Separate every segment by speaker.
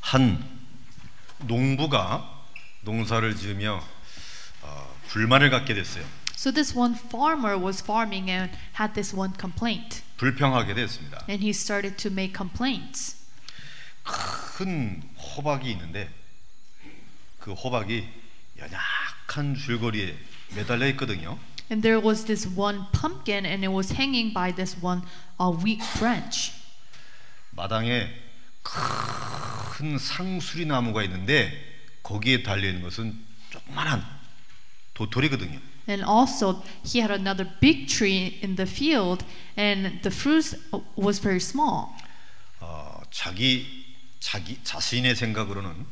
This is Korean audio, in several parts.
Speaker 1: 한 농부가 농사를 지으며 어, 불만을 갖게 됐어요.
Speaker 2: So this one farmer was farming and had this one complaint,
Speaker 1: 불평하게 됐습니다.
Speaker 2: and he started to make complaints.
Speaker 1: 큰 호박이 있는데 그 호박이 연약한 줄거리에 매달려 있거든요.
Speaker 2: And there was this one pumpkin, and it was hanging by this one uh, weak branch.
Speaker 1: 마당에 큰 상수리 나무가 있는데 거기에 달려 있는 것은 조그만한 도토리거든요.
Speaker 2: And also, he had another big tree in the field, and the fruit was very small.
Speaker 1: 어, 자기 자기 자신의 생각으로는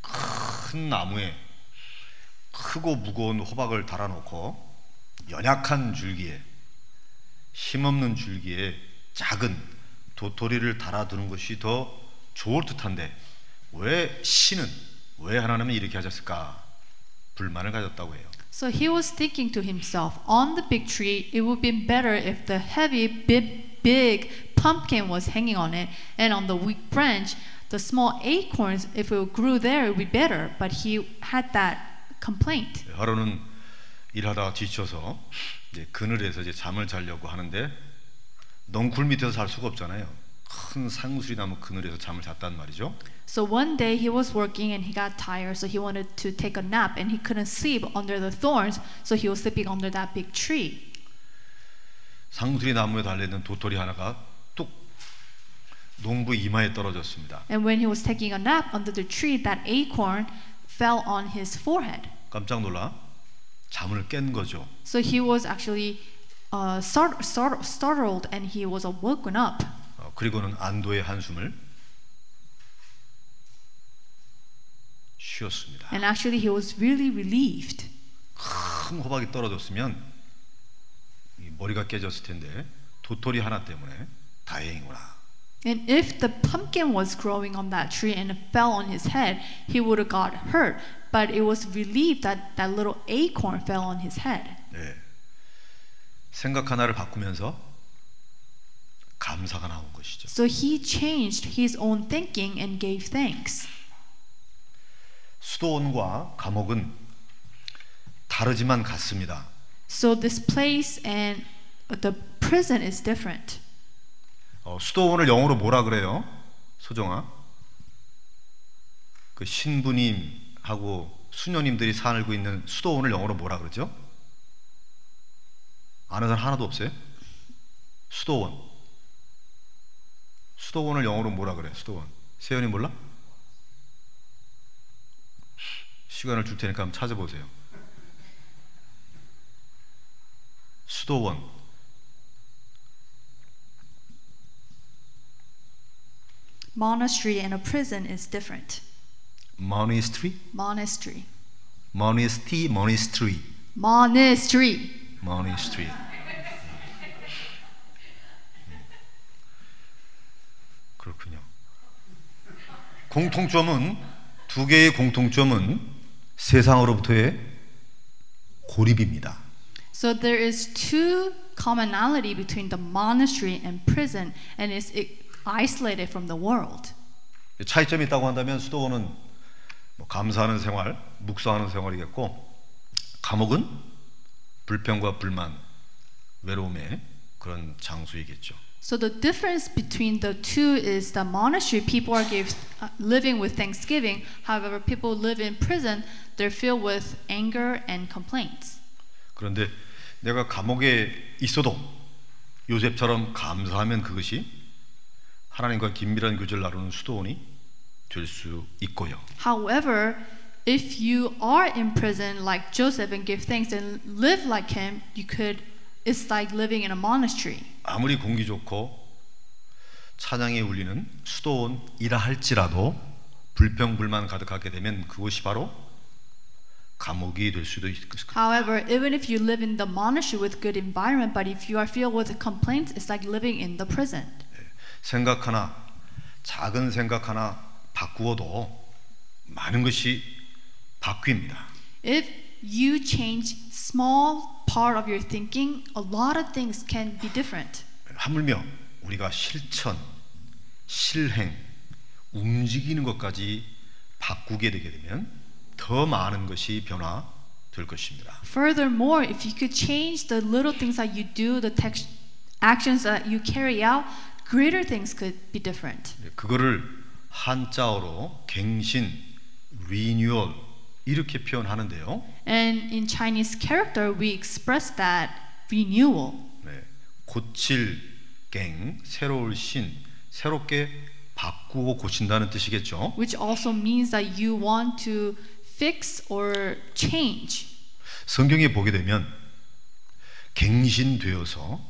Speaker 1: 큰 나무에 크고 무거운 호박을 달아놓고 연약한 줄기에 힘없는 줄기에 작은 도토리를 달아두는 것이 더 좋을 듯한데 왜 신은 왜 하나님은 이렇게 하셨을까 불만을 가졌다고 해요.
Speaker 2: So he was thinking to himself, on the big tree, it would be better if the heavy, big, big pumpkin was hanging on it, and on the weak branch, the small acorns, if it grew there, it would be better. But he had that complaint.
Speaker 1: 네, 하루는 일하다 지쳐서 이제 그늘에서 이제 잠을 자려고 하는데 넝쿨 밑에서 잘 수가 없잖아요. 큰 상수리 나무 그늘에서 잠을 잤단 말이죠.
Speaker 2: So one day he was working and he got tired, so he wanted to take a nap, and he couldn't sleep under the thorns, so he was sleeping under that big tree.
Speaker 1: 상수리 나무에 달려 있는 도토리 하나가 뚝 농부 이마에 떨어졌습니다.
Speaker 2: And when he was taking a nap under the tree, that acorn fell on his forehead.
Speaker 1: 깜짝 놀라 잠을 깬 거죠.
Speaker 2: So he was actually uh, start, start, startled and he was awoken up.
Speaker 1: 어, 그리고는 안도의 한숨을 쉬었습니다.
Speaker 2: And actually, he was really relieved.
Speaker 1: 큰 호박이 떨어졌으면 이 머리가 깨졌을 텐데 도토리 하나 때문에 다행이구나.
Speaker 2: And if the pumpkin was growing on that tree and it fell on his head, he would have got hurt. But it was relieved that that little acorn fell on his head.
Speaker 1: 네. 생각 하나를 바꾸면서 감사가 나온 것이죠.
Speaker 2: So he changed his own thinking and gave thanks.
Speaker 1: 수도원과 감옥은 다르지만 같습니다.
Speaker 2: So this place and the prison is different.
Speaker 1: 어, 수도원을 영어로 뭐라 그래요? 소정아. 그 신부님하고 수녀님들이 살고 있는 수도원을 영어로 뭐라 그러죠? 아는 사람 하나도 없어요? 수도원. 수도원을 영어로 뭐라 그래? 수도원. 세연이 몰라? 시간을 줄 테니까 한번 찾아보세요. 수도원.
Speaker 2: Monastery and a prison is different.
Speaker 1: monastery,
Speaker 2: Monastery.
Speaker 1: monastery, monastery,
Speaker 2: Monastery.
Speaker 1: monastery. 예. 그렇군요. 공통점은 두 개의 공통점은 세상으로부터의 고립입니다.
Speaker 2: So there is two commonality between the monastery and prison, and it's i- isolated from the world.
Speaker 1: 차이점이 있다고 한다면 수도원은 뭐 감사하는 생활, 묵상하는 생활이겠고 감옥은 불평과 불만, 외로움의 그런 장소이겠죠.
Speaker 2: So the difference between the two is the monastery people are give, uh, living with thanksgiving. However, people live in prison, they're filled with anger and complaints.
Speaker 1: 그런데 내가 감옥에 있어도 요셉처럼 감사하면 그것이 하나님과 긴밀한 교제를 나누는 수도원이 될 수 있고요.
Speaker 2: However, if you are in prison like Joseph and give thanks and live like him, you could. It's like living in a monastery.
Speaker 1: 아무리 공기 좋고 찬양이 울리는 수도원이라 할지라도 불평불만 가득하게 되면 그것이 바로 감옥이 될 수도 있을 것
Speaker 2: However, even if you live in the monastery with good environment, but if you are filled with complaints, it's like living in the prison.
Speaker 1: 생각 하나, 작은 생각 하나 바꾸어도 많은 것이 바뀝니다.
Speaker 2: If you change small part of your thinking, a lot of things can be different.
Speaker 1: 하물며 우리가 실천, 실행, 움직이는 것까지 바꾸게 되게 되면 더 많은 것이 변화될 것입니다.
Speaker 2: Furthermore, if you could change the little things that you do, the tex- actions that you carry out, greater things could be different.
Speaker 1: 예, 그거를 한자어로 갱신, 리뉴얼 이렇게 표현하는데요.
Speaker 2: And in Chinese character, we express that renewal.
Speaker 1: 네, 고칠 갱, 새로울 신, 새롭게 바꾸고 고친다는 뜻이겠죠.
Speaker 2: which also means that you want to fix or change.
Speaker 1: 성경에 보게 되면 갱신되어서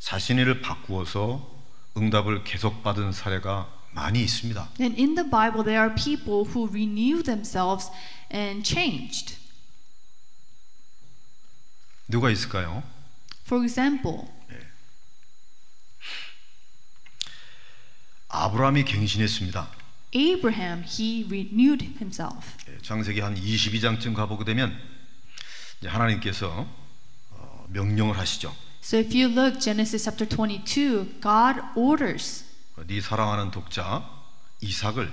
Speaker 1: 자신을 바꾸어서 응답을 계속 받은 사례가 많이 있습니다.
Speaker 2: And in the Bible, there are people who renew themselves and changed.
Speaker 1: 누가 있을까요?
Speaker 2: For example,
Speaker 1: 아브라함이 갱신했습니다.
Speaker 2: Abraham, he renewed himself.
Speaker 1: 예, 창세기 한 22장쯤 가보게 되면 이제 하나님께서 어, 명령을 하시죠.
Speaker 2: So if you look Genesis chapter 22, God orders
Speaker 1: 어, 네 사랑하는 독자 이삭을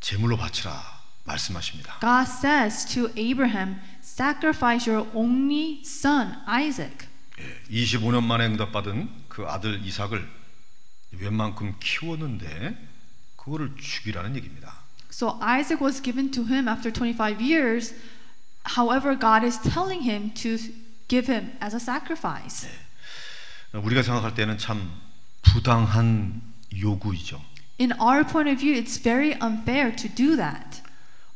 Speaker 1: 제물로 바치라 말씀하십니다.
Speaker 2: God says to Abraham, sacrifice your only son, Isaac.
Speaker 1: 예, 25년 만에 응답받은 그 아들 이삭을 웬만큼 키웠는데 그거를 죽이라는 얘기입니다.
Speaker 2: So Isaac was given to him after 25 years. However, God is telling him to give him as a sacrifice.
Speaker 1: 우리가 생각할 때는 참 부당한 요구이죠.
Speaker 2: In our point of view, it's very unfair to do that.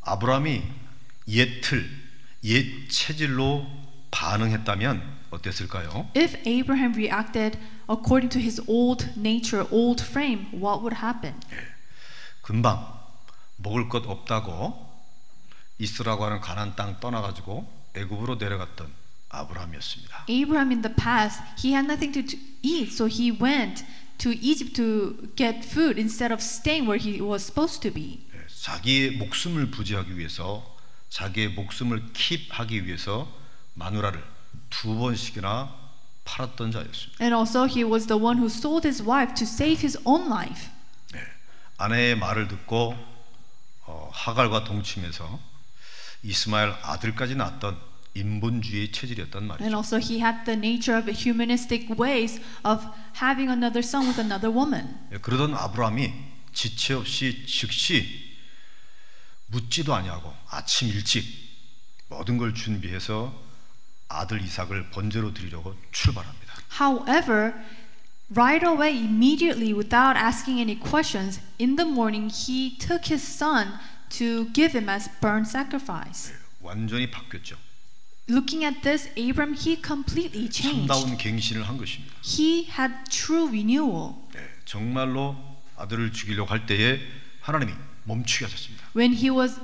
Speaker 1: 아브라함이 옛틀, 옛 체질로 반응했다면 어땠을까요?
Speaker 2: If Abraham reacted according to his old nature, old frame, what would happen?
Speaker 1: 금방 먹을 것 없다고 이스라고 하는 가난 땅 떠나가지고 애굽으로 내려갔던 아브라함이었습니다.
Speaker 2: Abraham in the past, he had nothing to, to eat, so he went to Egypt to get food instead of staying where he was supposed to be.
Speaker 1: 예, 자기의 목숨을 부지하기 위해서 자기의 목숨을 킵하기 위해서 마누라를 두 번씩이나 팔았던 자였습니다.
Speaker 2: And also, he was the one who sold his wife to save his own life.
Speaker 1: 네. 아내의 말을 듣고 어, 하갈과 동침해서 이스마엘 아들까지 낳았던 인본주의 체질이었단 말이죠.
Speaker 2: And also, he had the nature of humanistic ways of having another son with another woman.
Speaker 1: 예, 그러던 아브라함이 지체 없이 즉시 묻지도 아니하고 아침 일찍 모든 걸 준비해서 아들 이삭을 번제로 드리려고 출발합니다.
Speaker 2: However, right away, immediately, without asking any questions, in the morning, he took his son to give him as burnt sacrifice.
Speaker 1: 완전히 바뀌었죠.
Speaker 2: Looking at this, Abram, he completely changed.
Speaker 1: 참다운 갱신을 한 것입니다.
Speaker 2: He had true renewal.
Speaker 1: 예, 정말로 아들을 죽이려고 할 때에 하나님이 멈추게 하셨습니다.
Speaker 2: When he was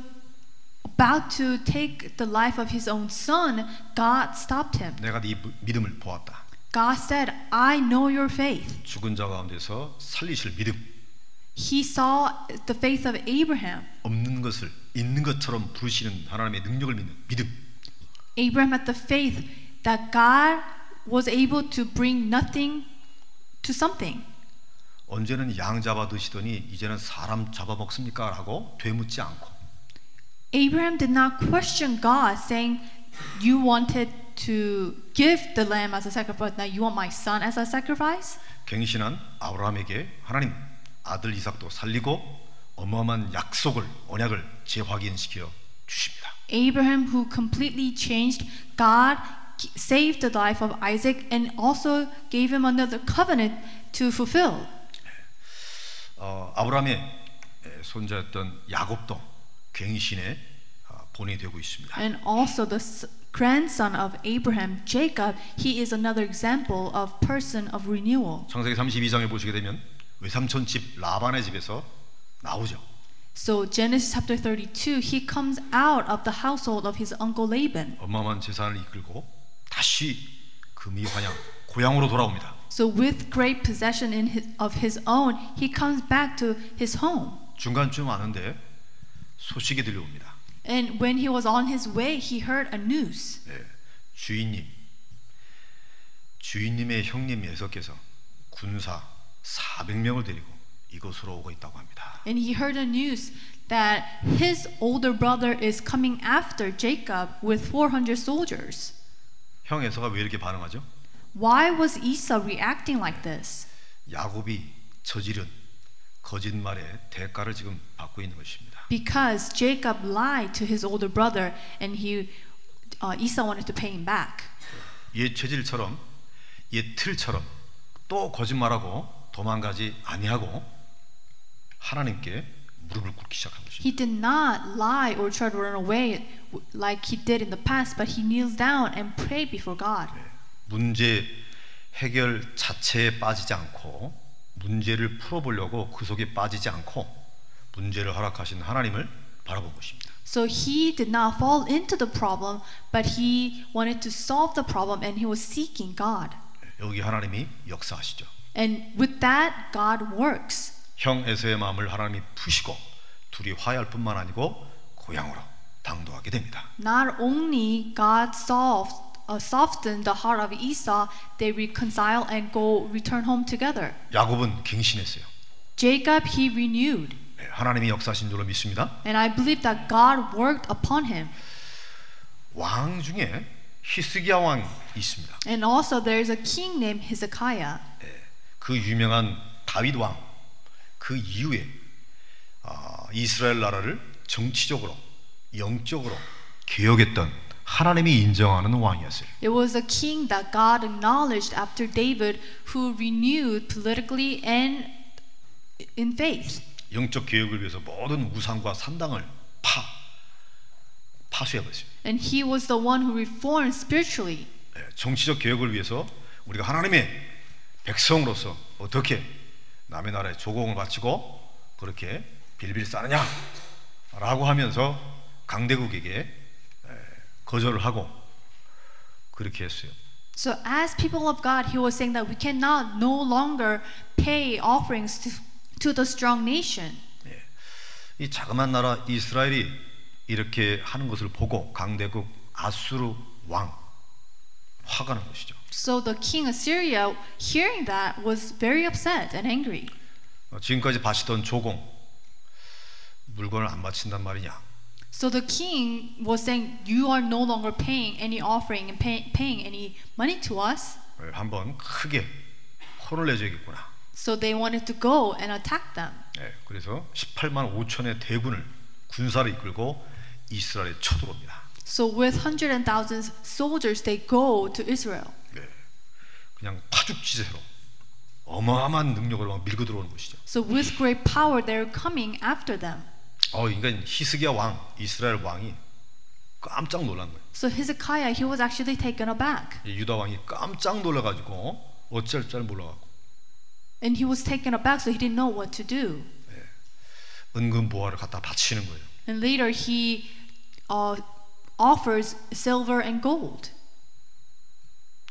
Speaker 2: about to take the life of his own son, God stopped him.
Speaker 1: 내가 네 믿음을 보았다.
Speaker 2: God said, I know your faith.
Speaker 1: 죽은 자 가운데서 살리실 믿음
Speaker 2: He saw the faith of Abraham.
Speaker 1: 없는 것을 있는 것처럼 부르시는 하나님의 능력을 믿는 믿음.
Speaker 2: Abraham had the faith that God was able to bring nothing to something.
Speaker 1: 언제는 양 잡아 드시더니 이제는 사람 잡아 먹습니까? 라고 되묻지 않고
Speaker 2: Abraham did not question God, saying, You wanted to give the lamb as a sacrifice, now you want my son as a sacrifice?
Speaker 1: 갱신한 아브라함에게 하나님 아들 이삭도 살리고 어마어마한 약속을 언약을 재확인시켜 주십니다.
Speaker 2: Abraham, who completely changed, God g- saved the life of Isaac and also gave him another covenant to fulfill.
Speaker 1: 어, 아브라함의 에, 손자였던 야곱도 갱신의 아, 본이 되고 있습니다.
Speaker 2: And also the s- grandson of Abraham, Jacob, he is another example of person of renewal.
Speaker 1: 창세기 32장에 보시게 되면 외삼촌 집 라반의 집에서 나오죠.
Speaker 2: So Genesis chapter 32, he comes out of the household of his uncle Laban.
Speaker 1: 어마어마한 재산을 이끌고 다시 금이 환양 고향으로 돌아옵니다.
Speaker 2: So with great possession in his, of his own, he comes back to his home.
Speaker 1: 중간쯤 아는데 소식이 들려옵니다.
Speaker 2: And when he was on his way, he heard a news.
Speaker 1: 예, 주인님, 주인님의 형님 예서께서 군사 400명을 데리고 이곳으로 오고 있다고 합니다.
Speaker 2: And he heard the news that his older brother is coming after Jacob with 400 soldiers.
Speaker 1: 형 에서가 왜 이렇게 반응하죠?
Speaker 2: Why was Esau reacting like this?
Speaker 1: 야곱이 저지른 거짓말의 대가를 지금 받고 있는 것입니다.
Speaker 2: Because Jacob lied to his older brother and he uh, Esau wanted to pay him back.
Speaker 1: 옛 체질처럼 옛 틀처럼 또 거짓말하고 도망가지 아니하고 하나님께 무릎을 꿇기 시작한 것입니다.
Speaker 2: He did not lie or try to run away like he did in the past, but he kneels down and prayed before God.
Speaker 1: 문제 해결 자체에 빠지지 않고 문제를 풀어보려고 그 속에 빠지지 않고 문제를 허락하신 하나님을 바라본 것입니다.
Speaker 2: So he did not fall into the problem, but he wanted to solve the problem and he was seeking God.
Speaker 1: 여기 하나님이 역사하시죠.
Speaker 2: And with that, God works.
Speaker 1: 형 에서의 마음을 하나님이 푸시고 둘이 화해할 뿐만 아니고 고향으로 당도하게 됩니다.
Speaker 2: Not only God solved, uh, softened the heart of Esau, they reconcile and go return home together.
Speaker 1: 야곱은 갱신했어요.
Speaker 2: Jacob he renewed,
Speaker 1: 네, 하나님이 역사하신 줄로 믿습니다.
Speaker 2: and I believe that God worked upon him.
Speaker 1: 왕 중에 히스기야 왕이 있습니다.
Speaker 2: And also there is a king named Hezekiah.
Speaker 1: 그 유명한 다윗 왕. 그 이후에 아, 이스라엘 나라를 정치적으로 영적으로 개혁했던 하나님이 인정하는 왕이었어요.
Speaker 2: It was a king that God acknowledged after David, who renewed politically and in faith.
Speaker 1: 영적 개혁을 위해서 모든 우상과 산당을 파 파수해 버렸습니다.
Speaker 2: And he was the one who reformed spiritually.
Speaker 1: 예, 정치적 개혁을 위해서 우리가 하나님의 백성으로서 어떻게 남의 나라에 조공을 바치고 그렇게 빌빌 싸느냐라고 하면서 강대국에게 예, 거절을 하고 그렇게 했어요.
Speaker 2: So, as people of God, he was saying that we cannot no longer pay offerings to, to the strong nation.
Speaker 1: 예. 이 자그마한 나라 이스라엘이 이렇게 하는 것을 보고 강대국 아수르 왕 화가 난 것이죠.
Speaker 2: So, the king of Syria, hearing that, was very upset and angry.
Speaker 1: 어, 지금까지 바치던 조공 물건을 안 바친단 말이냐?
Speaker 2: So, the king was saying, You are no longer paying any offering and pay, paying any money to us.
Speaker 1: 예, 한번 크게 혼을 내줘야겠구나.
Speaker 2: So, they wanted to go and attack them.
Speaker 1: 예, 그래서 18만 5천의 대군을 군사를 이끌고 이스라엘에 쳐들어옵니다.
Speaker 2: So, with hundreds and thousands soldiers, they go to Israel.
Speaker 1: 예, 그냥 파죽지세로 어마어마한 능력으로 막 밀고 들어오는 것이죠.
Speaker 2: So, with great power, they're coming after them.
Speaker 1: 어, 그러니까 히스기야 왕, 이스라엘 왕이 깜짝 놀란 거예요.
Speaker 2: So Hezekiah, he was actually taken aback.
Speaker 1: 이 유다 왕이 깜짝 놀라가지고 어쩔 줄 몰라가지고
Speaker 2: And he was taken aback, so he didn't know what to do.
Speaker 1: 은근 보화를 갖다 바치는 거예요.
Speaker 2: And later he uh, offers silver and gold.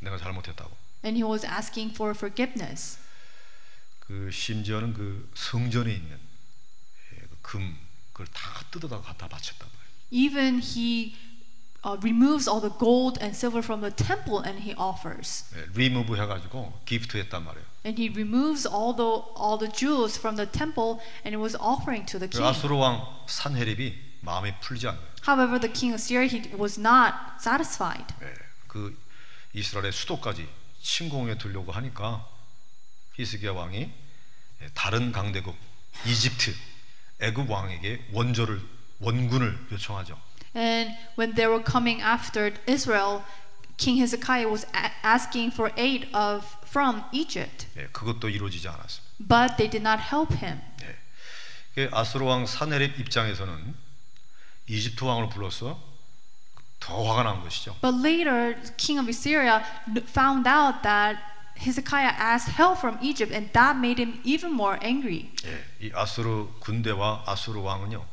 Speaker 1: 내가 잘못했다고.
Speaker 2: And he was asking for forgiveness.
Speaker 1: 그 심지어는 그 성전에 있는 예, 그금 그걸 다 뜯어다가 갖다 바쳤단 말이에요.
Speaker 2: Even he uh, removes all the gold and silver from the temple and he offers.
Speaker 1: 예, 리무브 해가지고 기프트했단 말이에요.
Speaker 2: And he removes all the, all the jewels from the temple and it was offering to the
Speaker 1: 그
Speaker 2: king.
Speaker 1: 아수르 왕 산헤립이 마음이 풀지 않아요.
Speaker 2: However, the king of Syria, he was not satisfied.
Speaker 1: 예, 그 이스라엘의 수도까지 침공해 들려고 하니까 히스기야 왕이 예, 다른 강대국 이집트 애굽 왕에게 원조를 원군을 요청하죠.
Speaker 2: And when they were coming after Israel, King Hezekiah was a- asking for aid of from Egypt,
Speaker 1: 예, 그것도 이루어지지 않았습니다.
Speaker 2: but they did not help him.
Speaker 1: 예. 그 아수르 왕 사네립 입장에서는 이집트 왕을 불러서 더 화가 난 것이죠.
Speaker 2: But later, King of Assyria n- found out that Hezekiah asked help from Egypt, and that made him even more angry.
Speaker 1: 예, 이 아수르 군대와 아수르 왕은요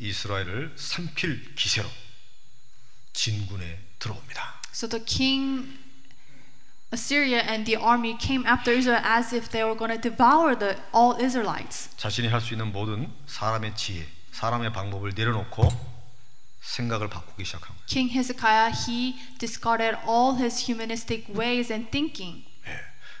Speaker 1: 이스라엘을 삼킬 기세로 진군에 들어옵니다.
Speaker 2: So the king Assyria and the army came after Israel as if they were going to devour the all Israelites.
Speaker 1: 자신이 할 수 있는 모든 사람의 지혜, 사람의 방법을 내려놓고 생각을 바꾸기 시작한 거예요.
Speaker 2: King Hezekiah he discarded all his humanistic ways and thinking.
Speaker 1: 예,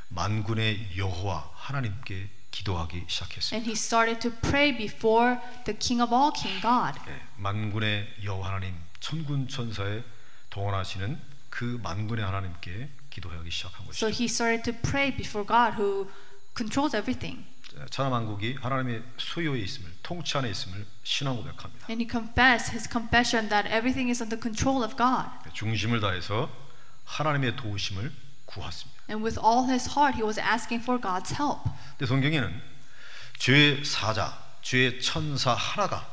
Speaker 1: 만군의 여호와 하나님께 기도하기 시작했습니다.
Speaker 2: And he started to pray before the King of all King God.
Speaker 1: 예, 만군의 여호와 하나님 천군 천사에 동원하시는 그 만군의 하나님께 기도하기 시작한 것이죠.
Speaker 2: So he started to pray before God who controls everything.
Speaker 1: 천하만국이 하나님의 소유에 있음을 통치 안에 있음을 신앙 고백합니다.
Speaker 2: And he confessed his confession that everything is under control of God.
Speaker 1: 네, 중심을 다해서 하나님의 도우심을 구했습니다.
Speaker 2: And with all his heart, he was asking for God's help.
Speaker 1: 근데 성경에는 죄의 사자, 죄의 천사 하나가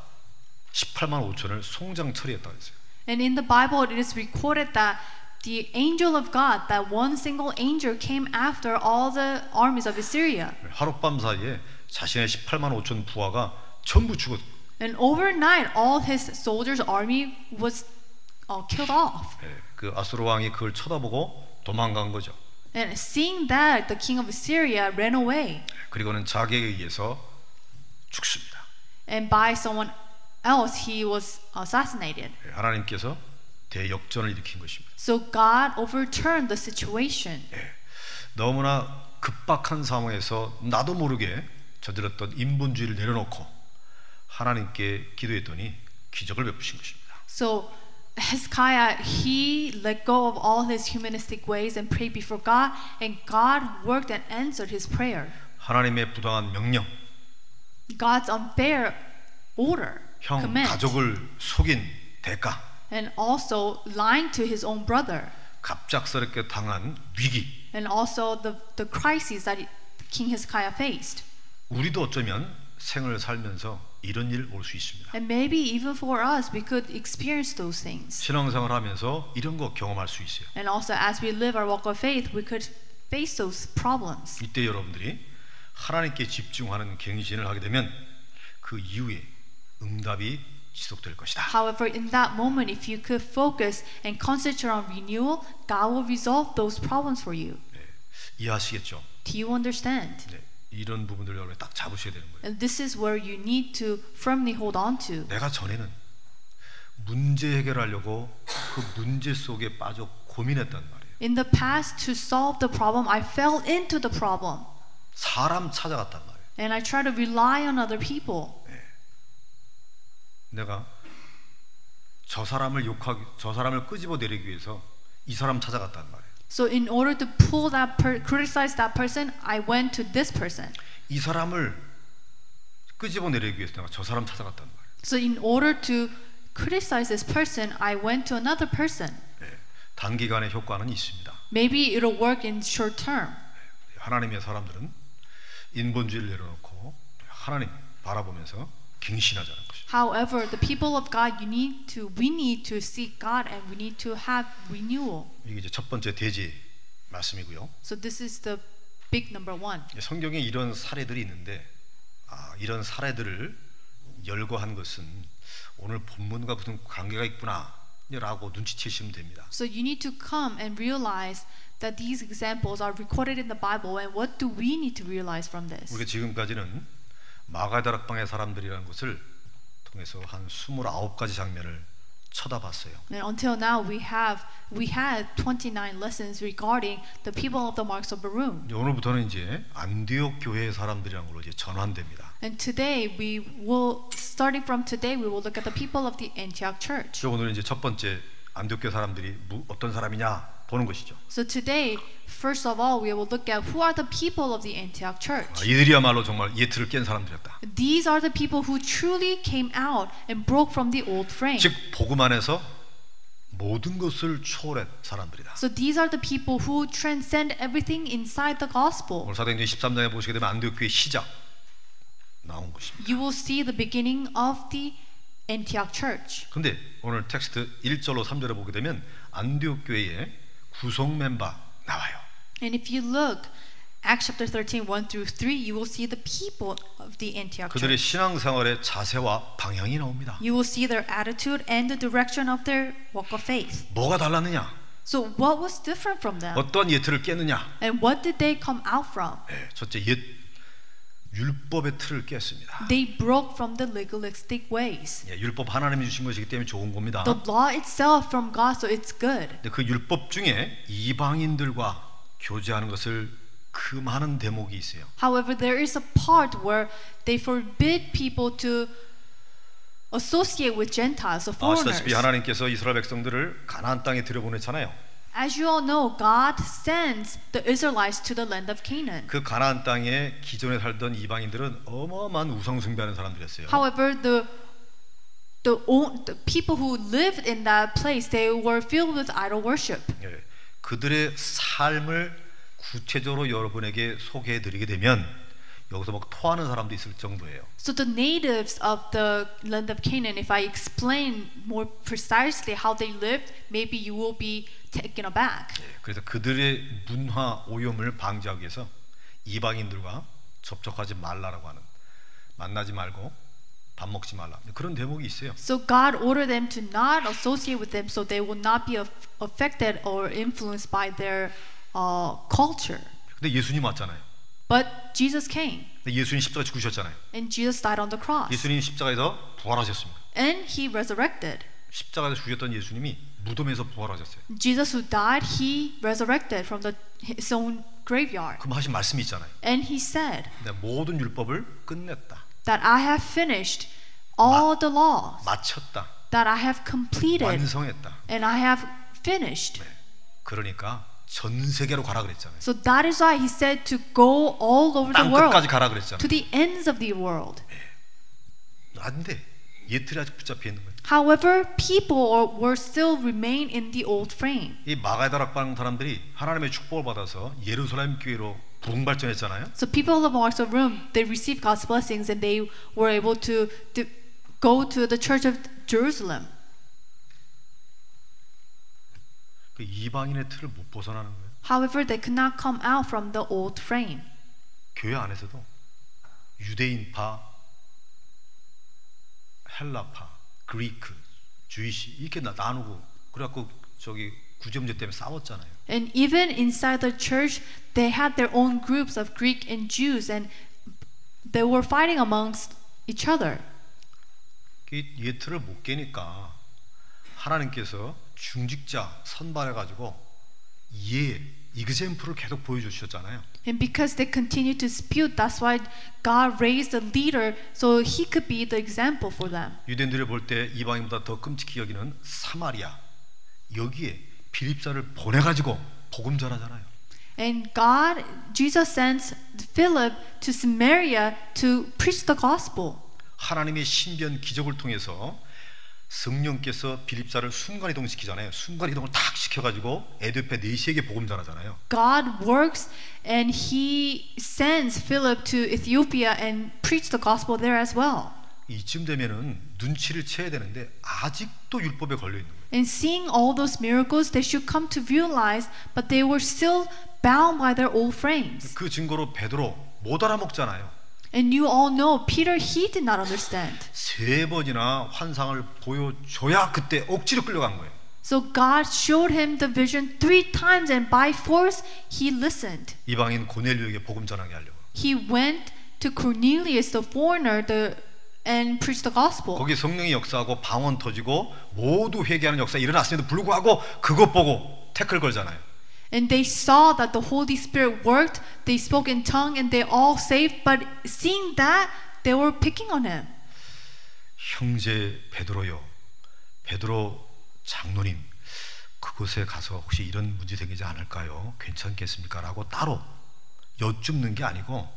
Speaker 1: 18만 5천을 송장 처리했다고 했어요.
Speaker 2: And in the Bible, it is recorded that the angel of God, that one single angel, came after all the armies of Assyria.
Speaker 1: 네, 하룻밤 사이에 자신의 18만 5천 부하가 전부 죽었
Speaker 2: And overnight, all his soldiers' army was uh, killed off.
Speaker 1: 예, 그 아수르 왕이 그걸 쳐다보고 도망간 거죠.
Speaker 2: And seeing that, the king of Assyria ran
Speaker 1: 네,
Speaker 2: away,
Speaker 1: 그리고는 자기에 의해서 죽습니다.
Speaker 2: and by someone else, he was assassinated.
Speaker 1: 예, 하나님께서 대역전을 일으킨 것입니다.
Speaker 2: So God overturned the situation.
Speaker 1: 예, 너무나 급박한 상황에서 나도 모르게 저질렀던 인본주의를 내려놓고 하나님께 기도했더니 기적을 베푸신 것입니다.
Speaker 2: So Hezekiah, he let go of all his humanistic ways and prayed before God, and God worked and answered his prayer.
Speaker 1: 하나님의 부당한 명령,
Speaker 2: God's unfair order,
Speaker 1: 형
Speaker 2: command,
Speaker 1: 가족을 속인 대가,
Speaker 2: and also lying to his own brother,
Speaker 1: 갑작스럽게 당한 위기,
Speaker 2: and also the, the crises that King Hezekiah faced.
Speaker 1: 우리도 어쩌면 생을 살면서 이런 일 올 수 있습니다.
Speaker 2: And maybe even for us, we could experience those things.
Speaker 1: 신앙생활 하면서 이런 거 경험할 수 있어요.
Speaker 2: And also, as we live our walk of faith, we could face those problems.
Speaker 1: 이때 여러분들이 하나님께 집중하는 갱신을 하게 되면 그 이후에 응답이 지속될 것이다.
Speaker 2: However, in that moment, if you could focus and concentrate on renewal, God will resolve those problems for you.
Speaker 1: 네, 이해하시겠죠?
Speaker 2: Do you understand?
Speaker 1: 네, 이런 부분들 여러분이 딱 잡으셔야 되는 거예요.
Speaker 2: And this is where you need to firmly hold on to.
Speaker 1: 내가 전에는 문제 해결하려고 그 문제 속에 빠져 고민했단 말이에요.
Speaker 2: In the past, to solve the problem, I fell into the problem
Speaker 1: 사람 찾아갔단 말이에요.
Speaker 2: and I tried to rely on other people.
Speaker 1: 내가 저 사람을 욕하기, 저 사람을 끄집어 내리기 위해서 이 사람 찾아갔단 말이에요.
Speaker 2: So, in order to pull that, per- criticize that person, I went to this person.
Speaker 1: 이 사람을 끄집어 내리기 위해서 내가 저 사람 찾아갔단 말이에요.
Speaker 2: So, in order to criticize this person, I went to another person.
Speaker 1: 예, 단기간의 효과는 있습니다. 네,
Speaker 2: Maybe it'll work in short term.
Speaker 1: 하나님의 사람들은 인본주의를 내려놓고 하나님 바라보면서 갱신하자는 것이죠.
Speaker 2: However, the people of God, you need to, we need to seek God and we need to have renewal.
Speaker 1: 이게 이제 첫 번째 대지 말씀이고요.
Speaker 2: So this is the big number one.
Speaker 1: 성경에 이런 사례들이 있는데 아, 이런 사례들을 열거한 것은 오늘 본문과 무슨 관계가 있구나라고 눈치채시면 됩니다.
Speaker 2: So you need to come and realize that these examples are recorded in the Bible, and what do we need to realize from this?
Speaker 1: 우리가 지금까지는 마가다락방의 사람들이라는 것을 통해서 한 29가지 장면을 쳐다봤어요.
Speaker 2: And until now, we have we had 29 lessons regarding the people of the marks of Barum.
Speaker 1: 이제 오늘부터는 이제 안디옥 교회의 사람들이란 걸로 이제 전환됩니다.
Speaker 2: And today we will, starting from today, we will look at the people of the Antioch church.
Speaker 1: 그래서 오늘은 이제 첫 번째 안디옥 교회 사람들이 무- 어떤 사람이냐 보는 것이죠.
Speaker 2: So today, first of all, we will look at who are the people of the
Speaker 1: 아,
Speaker 2: Antioch church.
Speaker 1: 이들이야말로 정말 예틀을 깬 사람들이었다.
Speaker 2: These are the people who truly came out and broke from the old frame.
Speaker 1: 즉 복음 안에서 모든 것을 초월한 사람들이다.
Speaker 2: So these are the people who transcend everything inside the gospel.
Speaker 1: 오늘 사도행전 13장에 보시게 되면 안디옥 교회 시작 나온 것입니다.
Speaker 2: You will see the beginning of the Antioch church.
Speaker 1: 근데 오늘 텍스트 1절로 3절에 보게 되면 안디옥 교회의 구성 멤버 나와요.
Speaker 2: And if you look, Acts chapter 13, 1 through 3, you will see the people of the Antioch
Speaker 1: 그들의
Speaker 2: church.
Speaker 1: 신앙생활의 자세와 방향이 나옵니다.
Speaker 2: You will see their attitude and the direction of their walk of faith.
Speaker 1: 뭐가 달랐느냐?
Speaker 2: So, what was different from them?
Speaker 1: 어떠한 예틀을 깨느냐?
Speaker 2: And what did they come out from?
Speaker 1: 예, 첫째 옛 율법의 틀을 깼습니다.
Speaker 2: They broke from the legalistic ways.
Speaker 1: 예, 율법 하나님이 주신 것이기 때문에 좋은 겁니다.
Speaker 2: The law itself from
Speaker 1: 그
Speaker 2: God, so it's good.
Speaker 1: 근데 그 율법 중에 이방인들과 교제하는 것을 그 많은 대목이 있어요.
Speaker 2: However, there is a part where they forbid people to associate with Gentiles or
Speaker 1: Oh,
Speaker 2: foreigners.
Speaker 1: 아시다시피 하나님께서 이스라엘 백성들을 가나안 땅에 들여보냈잖아요.
Speaker 2: As you all know, God sends the Israelites to the land of Canaan.
Speaker 1: 그 가나안 땅에 기존에 살던 이방인들은 어마어마한 우상 숭배하는 사람들이었어요.
Speaker 2: However, the the, o- the people who lived in that place they were filled with idol worship.
Speaker 1: 예, 그들의 삶을 구체적으로 여러분에게 소개해드리게 되면 여기서 막 토하는 사람도 있을 정도예요.
Speaker 2: So the natives of the land of Canaan, if I explain more precisely how they lived, maybe you will be taken aback.
Speaker 1: 예, 그래서 그들의 문화 오염을 방지하기 위해서 이방인들과 접촉하지 말라라고 하는 만나지 말고 밥 먹지 말라 그런 대목이 있어요.
Speaker 2: So God ordered them to not associate with them, so they will not be aff- affected or influenced by their uh, culture.
Speaker 1: 근데 예수님 왔잖아요.
Speaker 2: But Jesus came,
Speaker 1: 근데 예수님 십자가 죽으셨잖아요.
Speaker 2: and Jesus died on the cross,
Speaker 1: 예수님 십자가에서 부활하셨습니다.
Speaker 2: and He resurrected.
Speaker 1: 십자가에서 죽으셨던 예수님이 무덤에서 부활하셨어요.
Speaker 2: Jesus who died, He resurrected from the, His own graveyard,
Speaker 1: 그럼 하신 말씀이 있잖아요.
Speaker 2: and He said
Speaker 1: 내 모든 율법을 끝냈다,
Speaker 2: that I have finished all the law,
Speaker 1: 마쳤다,
Speaker 2: that I have completed,
Speaker 1: 완성했다.
Speaker 2: and I have finished.
Speaker 1: 그러니까 전 세계로 가라 그랬잖아요.
Speaker 2: So that is why He said to go all over the
Speaker 1: 땅 끝까지
Speaker 2: world,
Speaker 1: 가라
Speaker 2: to
Speaker 1: 그랬잖아요.
Speaker 2: the ends of the world.
Speaker 1: 안 돼. 예틀이 아직 붙잡혀 있는 거예요.
Speaker 2: However, people or- were still remain in the old frame.
Speaker 1: 이 마가다락방 사람들이 하나님의 축복을 받아서 예루살렘 교회로 부흥 발전했잖아요.
Speaker 2: So people of Mark's room, they received God's blessings and they were able to, to go to the church of Jerusalem.
Speaker 1: 그 이방인의 틀을 못 벗어나는 거예요.
Speaker 2: However, they could not come out from the old frame.
Speaker 1: 교회 안에서도 유대인파, 헬라파, 그리크, 주이시 이렇게 나- 나누고 그래갖고 저기 구제문제 때문에 싸웠잖아요.
Speaker 2: And even inside the church, they had their own groups of Greek and Jews and they were fighting amongst each other.
Speaker 1: 이그 예틀을 못 깨니까 하나님께서 중직자 선발해가지고 예, 이그젠프를 계속 보여주셨잖아요.
Speaker 2: And because they continued to dispute, that's why God raised a leader so he could be the example for them.
Speaker 1: 유대인들이 볼 때 이방인보다 더 끔찍히 여기는 사마리아 여기에 비립사를 보내가지고 복음 전하잖아요.
Speaker 2: And God, Jesus sends Philip to Samaria to preach the gospel.
Speaker 1: 하나님의 신비한 기적을 통해서 성령께서 비립사를 순간 이동시키잖아요. 순간 이동을 탁 시켜가지고 에드페 네시에게 복음 전하잖아요.
Speaker 2: God works and he sends Philip to Ethiopia and preach the gospel there as well.
Speaker 1: 이쯤 되면은 눈치를 채야 되는데 아직도 율법에 걸려 있는 거예요.
Speaker 2: And seeing all those miracles, they should come to realize, but they were still bound by their old frames.
Speaker 1: 그 증거로 베드로 못 알아먹잖아요.
Speaker 2: And you all know Peter, he did not understand.
Speaker 1: 세 번이나 환상을 보여줘야 그때 억지로 끌려간 거예요.
Speaker 2: So God showed him the vision three times, and by force, he listened.
Speaker 1: 이방인 고넬료에게 복음 전하게 하려고.
Speaker 2: he went to Cornelius the foreigner the, and preached the gospel.
Speaker 1: 거기 성령이 역사하고 방언 터지고 모두 회개하는 역사 일어났음에도 불구하고 그것 보고 태클 걸잖아요.
Speaker 2: And they saw that the Holy Spirit worked, they spoke in tongue, and they all saved. But seeing that, they were picking on him.
Speaker 1: 형제 베드로요. 베드로 장로님. 그곳에 가서 혹시 이런 문제 생기지 않을까요? 괜찮겠습니까? 라고 따로 여쭙는 게 아니고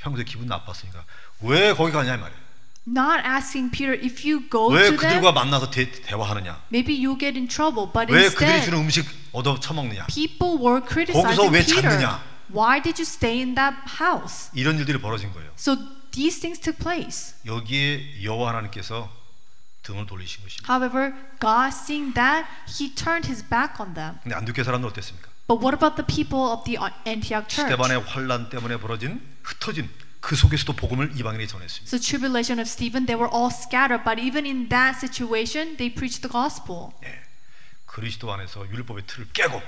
Speaker 1: 평소에 기분 나빴으니까 왜 거기 가냐 이 말이에요.
Speaker 2: Not asking Peter, if you go
Speaker 1: 왜
Speaker 2: to
Speaker 1: 그들과
Speaker 2: them,
Speaker 1: 만나서 대, 대화하느냐?
Speaker 2: maybe you'll get in trouble. But
Speaker 1: 왜 그들이 주는
Speaker 2: instead,
Speaker 1: 음식 얻어 처먹느냐?
Speaker 2: people were
Speaker 1: 거기서
Speaker 2: criticizing
Speaker 1: 왜
Speaker 2: Peter.
Speaker 1: 잤느냐?
Speaker 2: Why did you stay in that house?
Speaker 1: 이런 일들이 벌어진 거예요.
Speaker 2: So these things took place.
Speaker 1: 여기에 여호와 하나님께서 등을 돌리신 것입니다.
Speaker 2: However, God, seeing that, he turned his back on them.
Speaker 1: 근데 안디옥 사람들 어땠습니까?
Speaker 2: But what about the people of the Antioch church?
Speaker 1: 스테반의 환란 때문에 벌어진 흩어진 그 속에서도 복음을 이방인에 전했습니다.
Speaker 2: So tribulation of Stephen, they were all scattered, but even in that situation, they preached the gospel.
Speaker 1: 예. 그리스도 안에서 율법의 틀을 깨고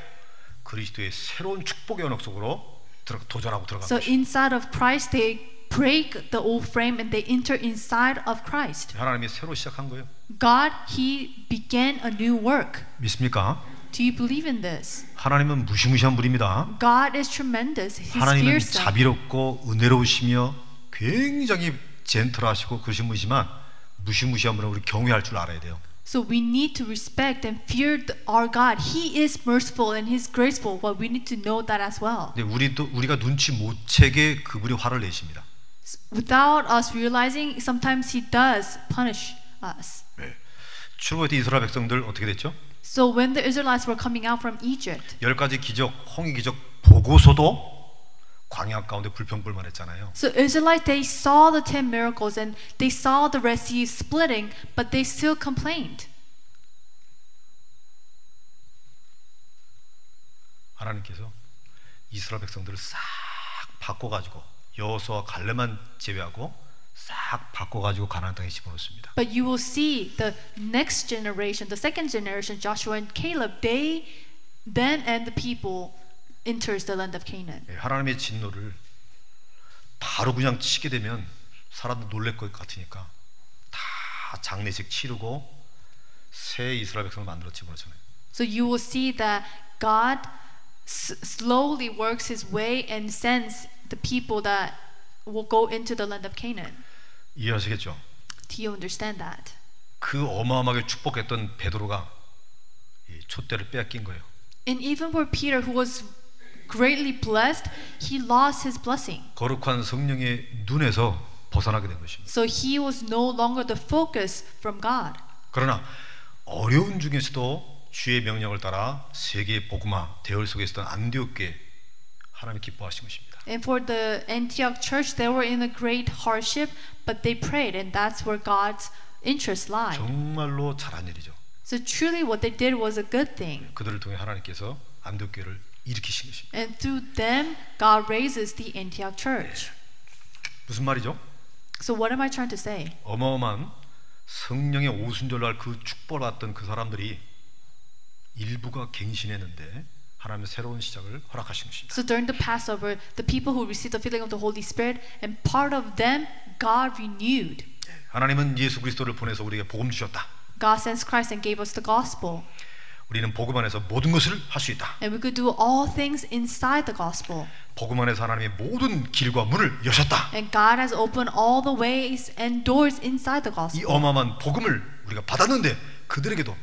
Speaker 1: 그리스도의 새로운 축복의 언약 속으로 들어, 도전하고 들어간
Speaker 2: So
Speaker 1: 것입니다.
Speaker 2: inside of Christ, they break the old frame and they enter inside of Christ.
Speaker 1: 하나님이 새로 시작한 거예요.
Speaker 2: God, He began a new work.
Speaker 1: 믿습니까?
Speaker 2: Do you believe in this?
Speaker 1: 하나님은 무시무시한 분입니다.
Speaker 2: God is tremendous. He's
Speaker 1: 하나님은
Speaker 2: fearsome.
Speaker 1: 자비롭고 은혜로우시며 굉장히 젠틀하시고 그러신 분이지만 무시무시한 분을 우리 경외할 줄 알아야 돼요.
Speaker 2: So we need to respect and fear th- our God. He is merciful and He's graceful, but we need to know that as well.
Speaker 1: 근데 우리도 우리가 눈치 못 채게 그분이 화를 내십니다.
Speaker 2: S- Without us realizing, sometimes He does punish us.
Speaker 1: 네. 출애굽 때 이스라엘 백성들 어떻게 됐죠?
Speaker 2: So when the Israelites were coming out from Egypt,
Speaker 1: 열 가지 기적, 홍해 기적 보고서도 광야 가운데 불평불만했잖아요.
Speaker 2: so Israelites they saw the ten miracles and they saw the Red Sea splitting, but they still complained.
Speaker 1: 하나님께서 이스라엘 백성들을 싹 바꿔가지고 여호수아 갈레만 제외하고 싹 바꿔가지고 가나안 땅에 집어넣습니다.
Speaker 2: But you will see the next generation, the second generation, Joshua and Caleb, they them and the people enters the land of Canaan.
Speaker 1: 예, 하나님의 진노를 바로 그냥 치게 되면 사람도 놀랄 것 같으니까 다 장례식 치르고 새 이스라엘 백성을 만들어 집어넣잖아요.
Speaker 2: So you will see that God s- slowly works his way and sends the people that will go into the land of Canaan.
Speaker 1: 이해하시겠죠?
Speaker 2: Do you understand that?
Speaker 1: 그 어마어마하게 축복했던 베드로가 이 촛대를 빼앗긴 거예요.
Speaker 2: And even for Peter, who was greatly blessed, he lost his blessing.
Speaker 1: 거룩한 성령의 눈에서 벗어나게 된 것입니다.
Speaker 2: So he was no longer the focus from God.
Speaker 1: 그러나 어려운 중에서도 주의 명령을 따라 세계 복음화 대열 속에 있었던 안디옥계 하나님 기뻐하신 것입니다.
Speaker 2: And for the Antioch church, they were in a great hardship, but they prayed, and that's where God's interest lies.
Speaker 1: 정말로 잘한 일이죠.
Speaker 2: So truly, what they did was a good thing.
Speaker 1: 그들을 통해 하나님께서 안디옥계를 일으키신 것입니다.
Speaker 2: And through them, God raises the Antioch church.
Speaker 1: 무슨 말이죠?
Speaker 2: So, what am I trying to say?
Speaker 1: 어마어마한 성령의 오순절날 그 축복을 받던 그 사람들이 일부가 갱신했는데 하나님의 새로운 시작을 허락하신 것입니다.
Speaker 2: So, during the Passover, the people who received the filling of the Holy Spirit, and part of them, God renewed.
Speaker 1: 하나님은 예수 그리스도를 보내서 우리에게 복음 주셨다.
Speaker 2: God sends Christ and gave us the gospel.
Speaker 1: 우리는 복음 안에서 모든 것을 할 수 있다.
Speaker 2: And we could do all things inside the gospel.
Speaker 1: 복음 안에서 하나님의 모든 길과 문을 여셨다.
Speaker 2: And God has opened all the ways and doors inside
Speaker 1: 이
Speaker 2: the gospel.
Speaker 1: 어마어마한 복음을 우리가 받았는데 그들에게도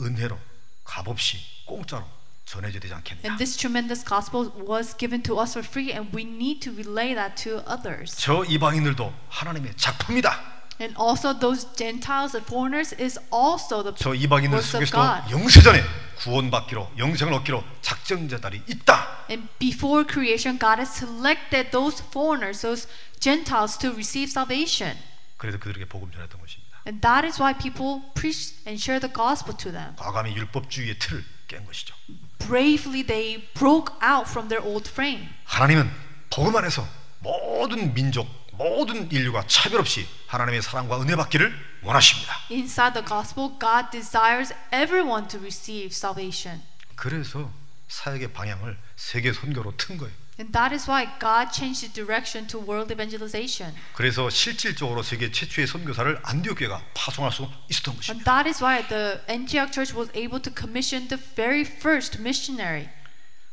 Speaker 1: 은혜로 값없이 공짜로 전해져 되지 않겠느냐.
Speaker 2: And this tremendous gospel was given to us for free, and we need to relay that to others.
Speaker 1: 저 이방인들도 하나님의 작품이다.
Speaker 2: And also, those Gentiles and foreigners is also the
Speaker 1: 저 이방인들
Speaker 2: works of
Speaker 1: 속에서도
Speaker 2: God.
Speaker 1: 영세전에 구원받기로 영생을 얻기로 작정자들이 있다.
Speaker 2: And before creation, God has selected those foreigners, those Gentiles, to receive salvation.
Speaker 1: 그래서 그들에게 복음 전했던 것입니다.
Speaker 2: And that is why people preach and share the gospel to them.
Speaker 1: 과감히 율법주의의 틀을 깬 것이죠.
Speaker 2: Bravely, they broke out from their old frame.
Speaker 1: 하나님은 복음 안에서 모든 민족, 모든 인류가 차별 없이 하나님의 사랑과 은혜 받기를 원하십니다.
Speaker 2: Inside the gospel, God desires everyone to receive salvation.
Speaker 1: 그래서 사역의 방향을 세계 선교로 튼 거예요.
Speaker 2: And that is why God changed the direction to world evangelization.
Speaker 1: 그래서 실질적으로 세계 최초의 선교사를 안디옥 교회가 파송할 수 있었던 것입니다.
Speaker 2: And that is why the Antioch church was able to commission the very first missionary.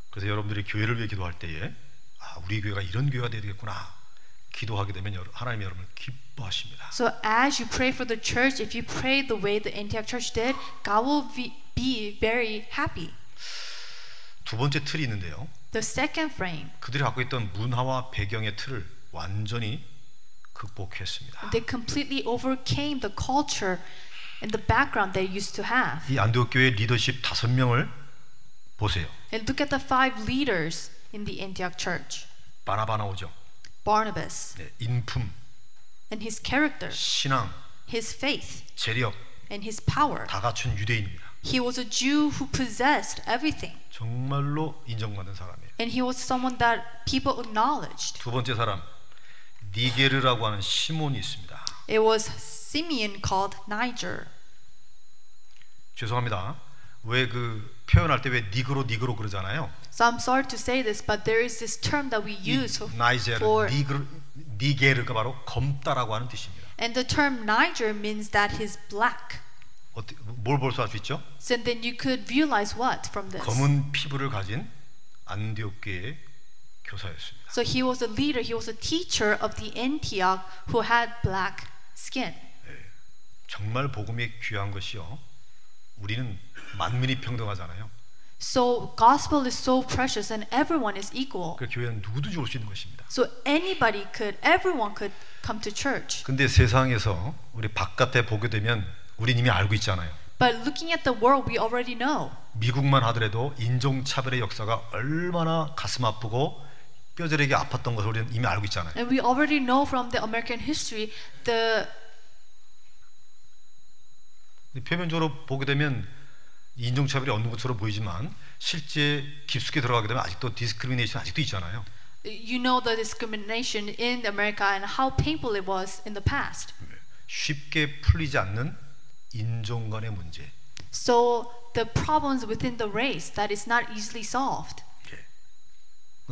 Speaker 1: 그래서 여러분들이 교회를 위해 기도할 때에 아, 우리 교회가 이런 교회가 되야 되겠구나 기도하게 되면 여러- 하나님이 여러분을 기뻐하십니다.
Speaker 2: So as you pray for the church, if you pray the way the Antioch church did, God will be, be very happy.
Speaker 1: 두 번째 틀이 있는데요.
Speaker 2: The second frame,
Speaker 1: 그들이 갖고 있던 문화와 배경의 틀을 완전히 극복했습니다.
Speaker 2: they completely overcame the culture and the background they used to have.
Speaker 1: 이 안디옥 교회 리더십 다섯 명을 보세요.
Speaker 2: And look at the five leaders in the Antioch church.
Speaker 1: 바나바나오죠.
Speaker 2: Barnabas
Speaker 1: 네, 인품,
Speaker 2: and his character,
Speaker 1: 신앙,
Speaker 2: his faith
Speaker 1: 재력
Speaker 2: and his power.
Speaker 1: 다 갖춘 유대인입니다.
Speaker 2: He was a Jew who possessed everything,
Speaker 1: 정말로 인정받는 사람이에요.
Speaker 2: and he was someone that people acknowledged.
Speaker 1: 두 번째 사람 니게르라고 하는 시몬이 있습니다.
Speaker 2: It was Simeon called Niger.
Speaker 1: 죄송합니다. 왜 그 표현할 때 왜 니그로 니그로 그러잖아요.
Speaker 2: So I'm sorry to say this, but there is this term that we
Speaker 1: 이
Speaker 2: use for,
Speaker 1: 나이제르
Speaker 2: for-
Speaker 1: 니그르 니게르가 바로 검다라고 하는 뜻입니다.
Speaker 2: and the term Niger means that he's black.
Speaker 1: 어떻게 뭘 볼 수 있죠?
Speaker 2: So then you could realize what from this?
Speaker 1: 검은 피부를 가진 안디옥교의 교사였습니다.
Speaker 2: So he was a leader, he was a teacher of the Antioch who had black skin.
Speaker 1: 정말 복음이 귀한 것이요. 우리는 만민이 평등하잖아요.
Speaker 2: So gospel is so precious and everyone is equal.
Speaker 1: 그 교회는 누구든지 올 수 있는 것입니다.
Speaker 2: So anybody could, everyone could come to church.
Speaker 1: 근데 세상에서 우리 바깥에 보게 되면 우린 이미 알고 있잖아요.
Speaker 2: But looking at the world, we already know.
Speaker 1: 미국만 하더라도 인종차별의 역사가 얼마나 가슴 아프고 뼈저리게 아팠던 것을 우리는 이미 알고 있잖아요.
Speaker 2: And we already know from the American history the
Speaker 1: 근데 표면적으로 보게 되면 인종차별이 없는 것처럼 보이지만 실제 깊숙이 들어가게 되면 아직도 디스크리미네이션 아직도 있잖아요.
Speaker 2: you know the discrimination in America and how painful it was in the past.
Speaker 1: 쉽게 풀리지 않는 인종 간의 문제.
Speaker 2: So the problems within the race that is not easily solved.
Speaker 1: 예.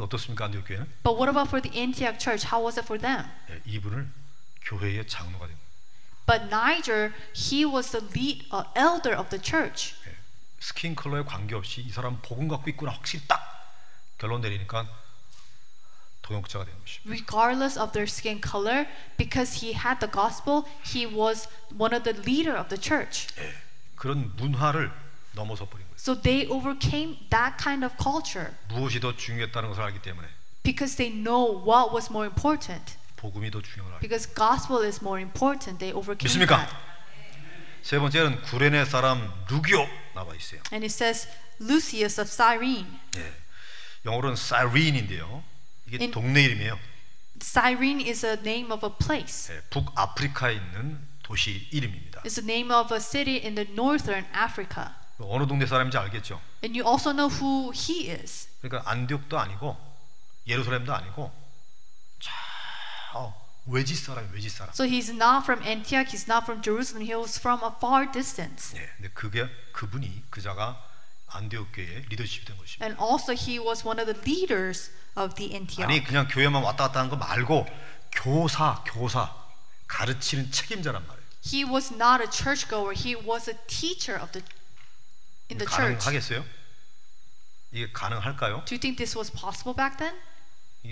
Speaker 1: 어떻습니까 안디옥 교회는?
Speaker 2: But what about for the Antioch church? How was it for them?
Speaker 1: 예, 이분을 교회의 장로가 됩니다.
Speaker 2: But Niger, he was the lead uh, elder of the church.
Speaker 1: 예, 스킨 컬러에 관계없이 이 사람 복음 갖고 있구나 확실히 딱 결론 내리니까 동역자가 되는 것입니다.
Speaker 2: Regardless of their skin color, because he had the gospel, he was one of the leader of the church.
Speaker 1: 예, 그런 문화를 넘어서 버린 거예요.
Speaker 2: So they overcame that kind of culture
Speaker 1: 무엇이 더 중요했다는 것을 알기 때문에
Speaker 2: because they know what was more important.
Speaker 1: 복음이 더 중요하다.
Speaker 2: Because gospel is more important, they overcame
Speaker 1: 믿습니까?
Speaker 2: that.
Speaker 1: 세 번째는 구레네 사람 루기오 나와 있어요.
Speaker 2: And it says Lucius of Cyrene.
Speaker 1: 예. 영어로는 사린인데요. 이게
Speaker 2: 인-
Speaker 1: 동네 이름이에요.
Speaker 2: Cyrene is a name of a place.
Speaker 1: 예, 북아프리카에 있는 도시 이름입니다.
Speaker 2: It's the name of a city in the northern Africa.
Speaker 1: 어느 동네 사람인지 알겠죠?
Speaker 2: And you also know who he is.
Speaker 1: 그러니까 안디옥도 아니고 예루살렘도 아니고 저 외지 사람, 외지 사람.
Speaker 2: So he's not from Antioch, he's not from Jerusalem, he was from a far distance.
Speaker 1: 예. 근데 그게 그분이 그자가 안디옥 교회의 리더십이 된 것입니다.
Speaker 2: And also he was one of the leaders of the Antioch.
Speaker 1: 아니 그냥 교회만 왔다 갔다 하는 거 말고 교사, 교사 가르치는 책임자란 말이에요.
Speaker 2: He was not a churchgoer, he was a teacher of the in the church. Do
Speaker 1: 가능하겠어요? 이게 가능할까요?
Speaker 2: you think this was possible back then?
Speaker 1: 이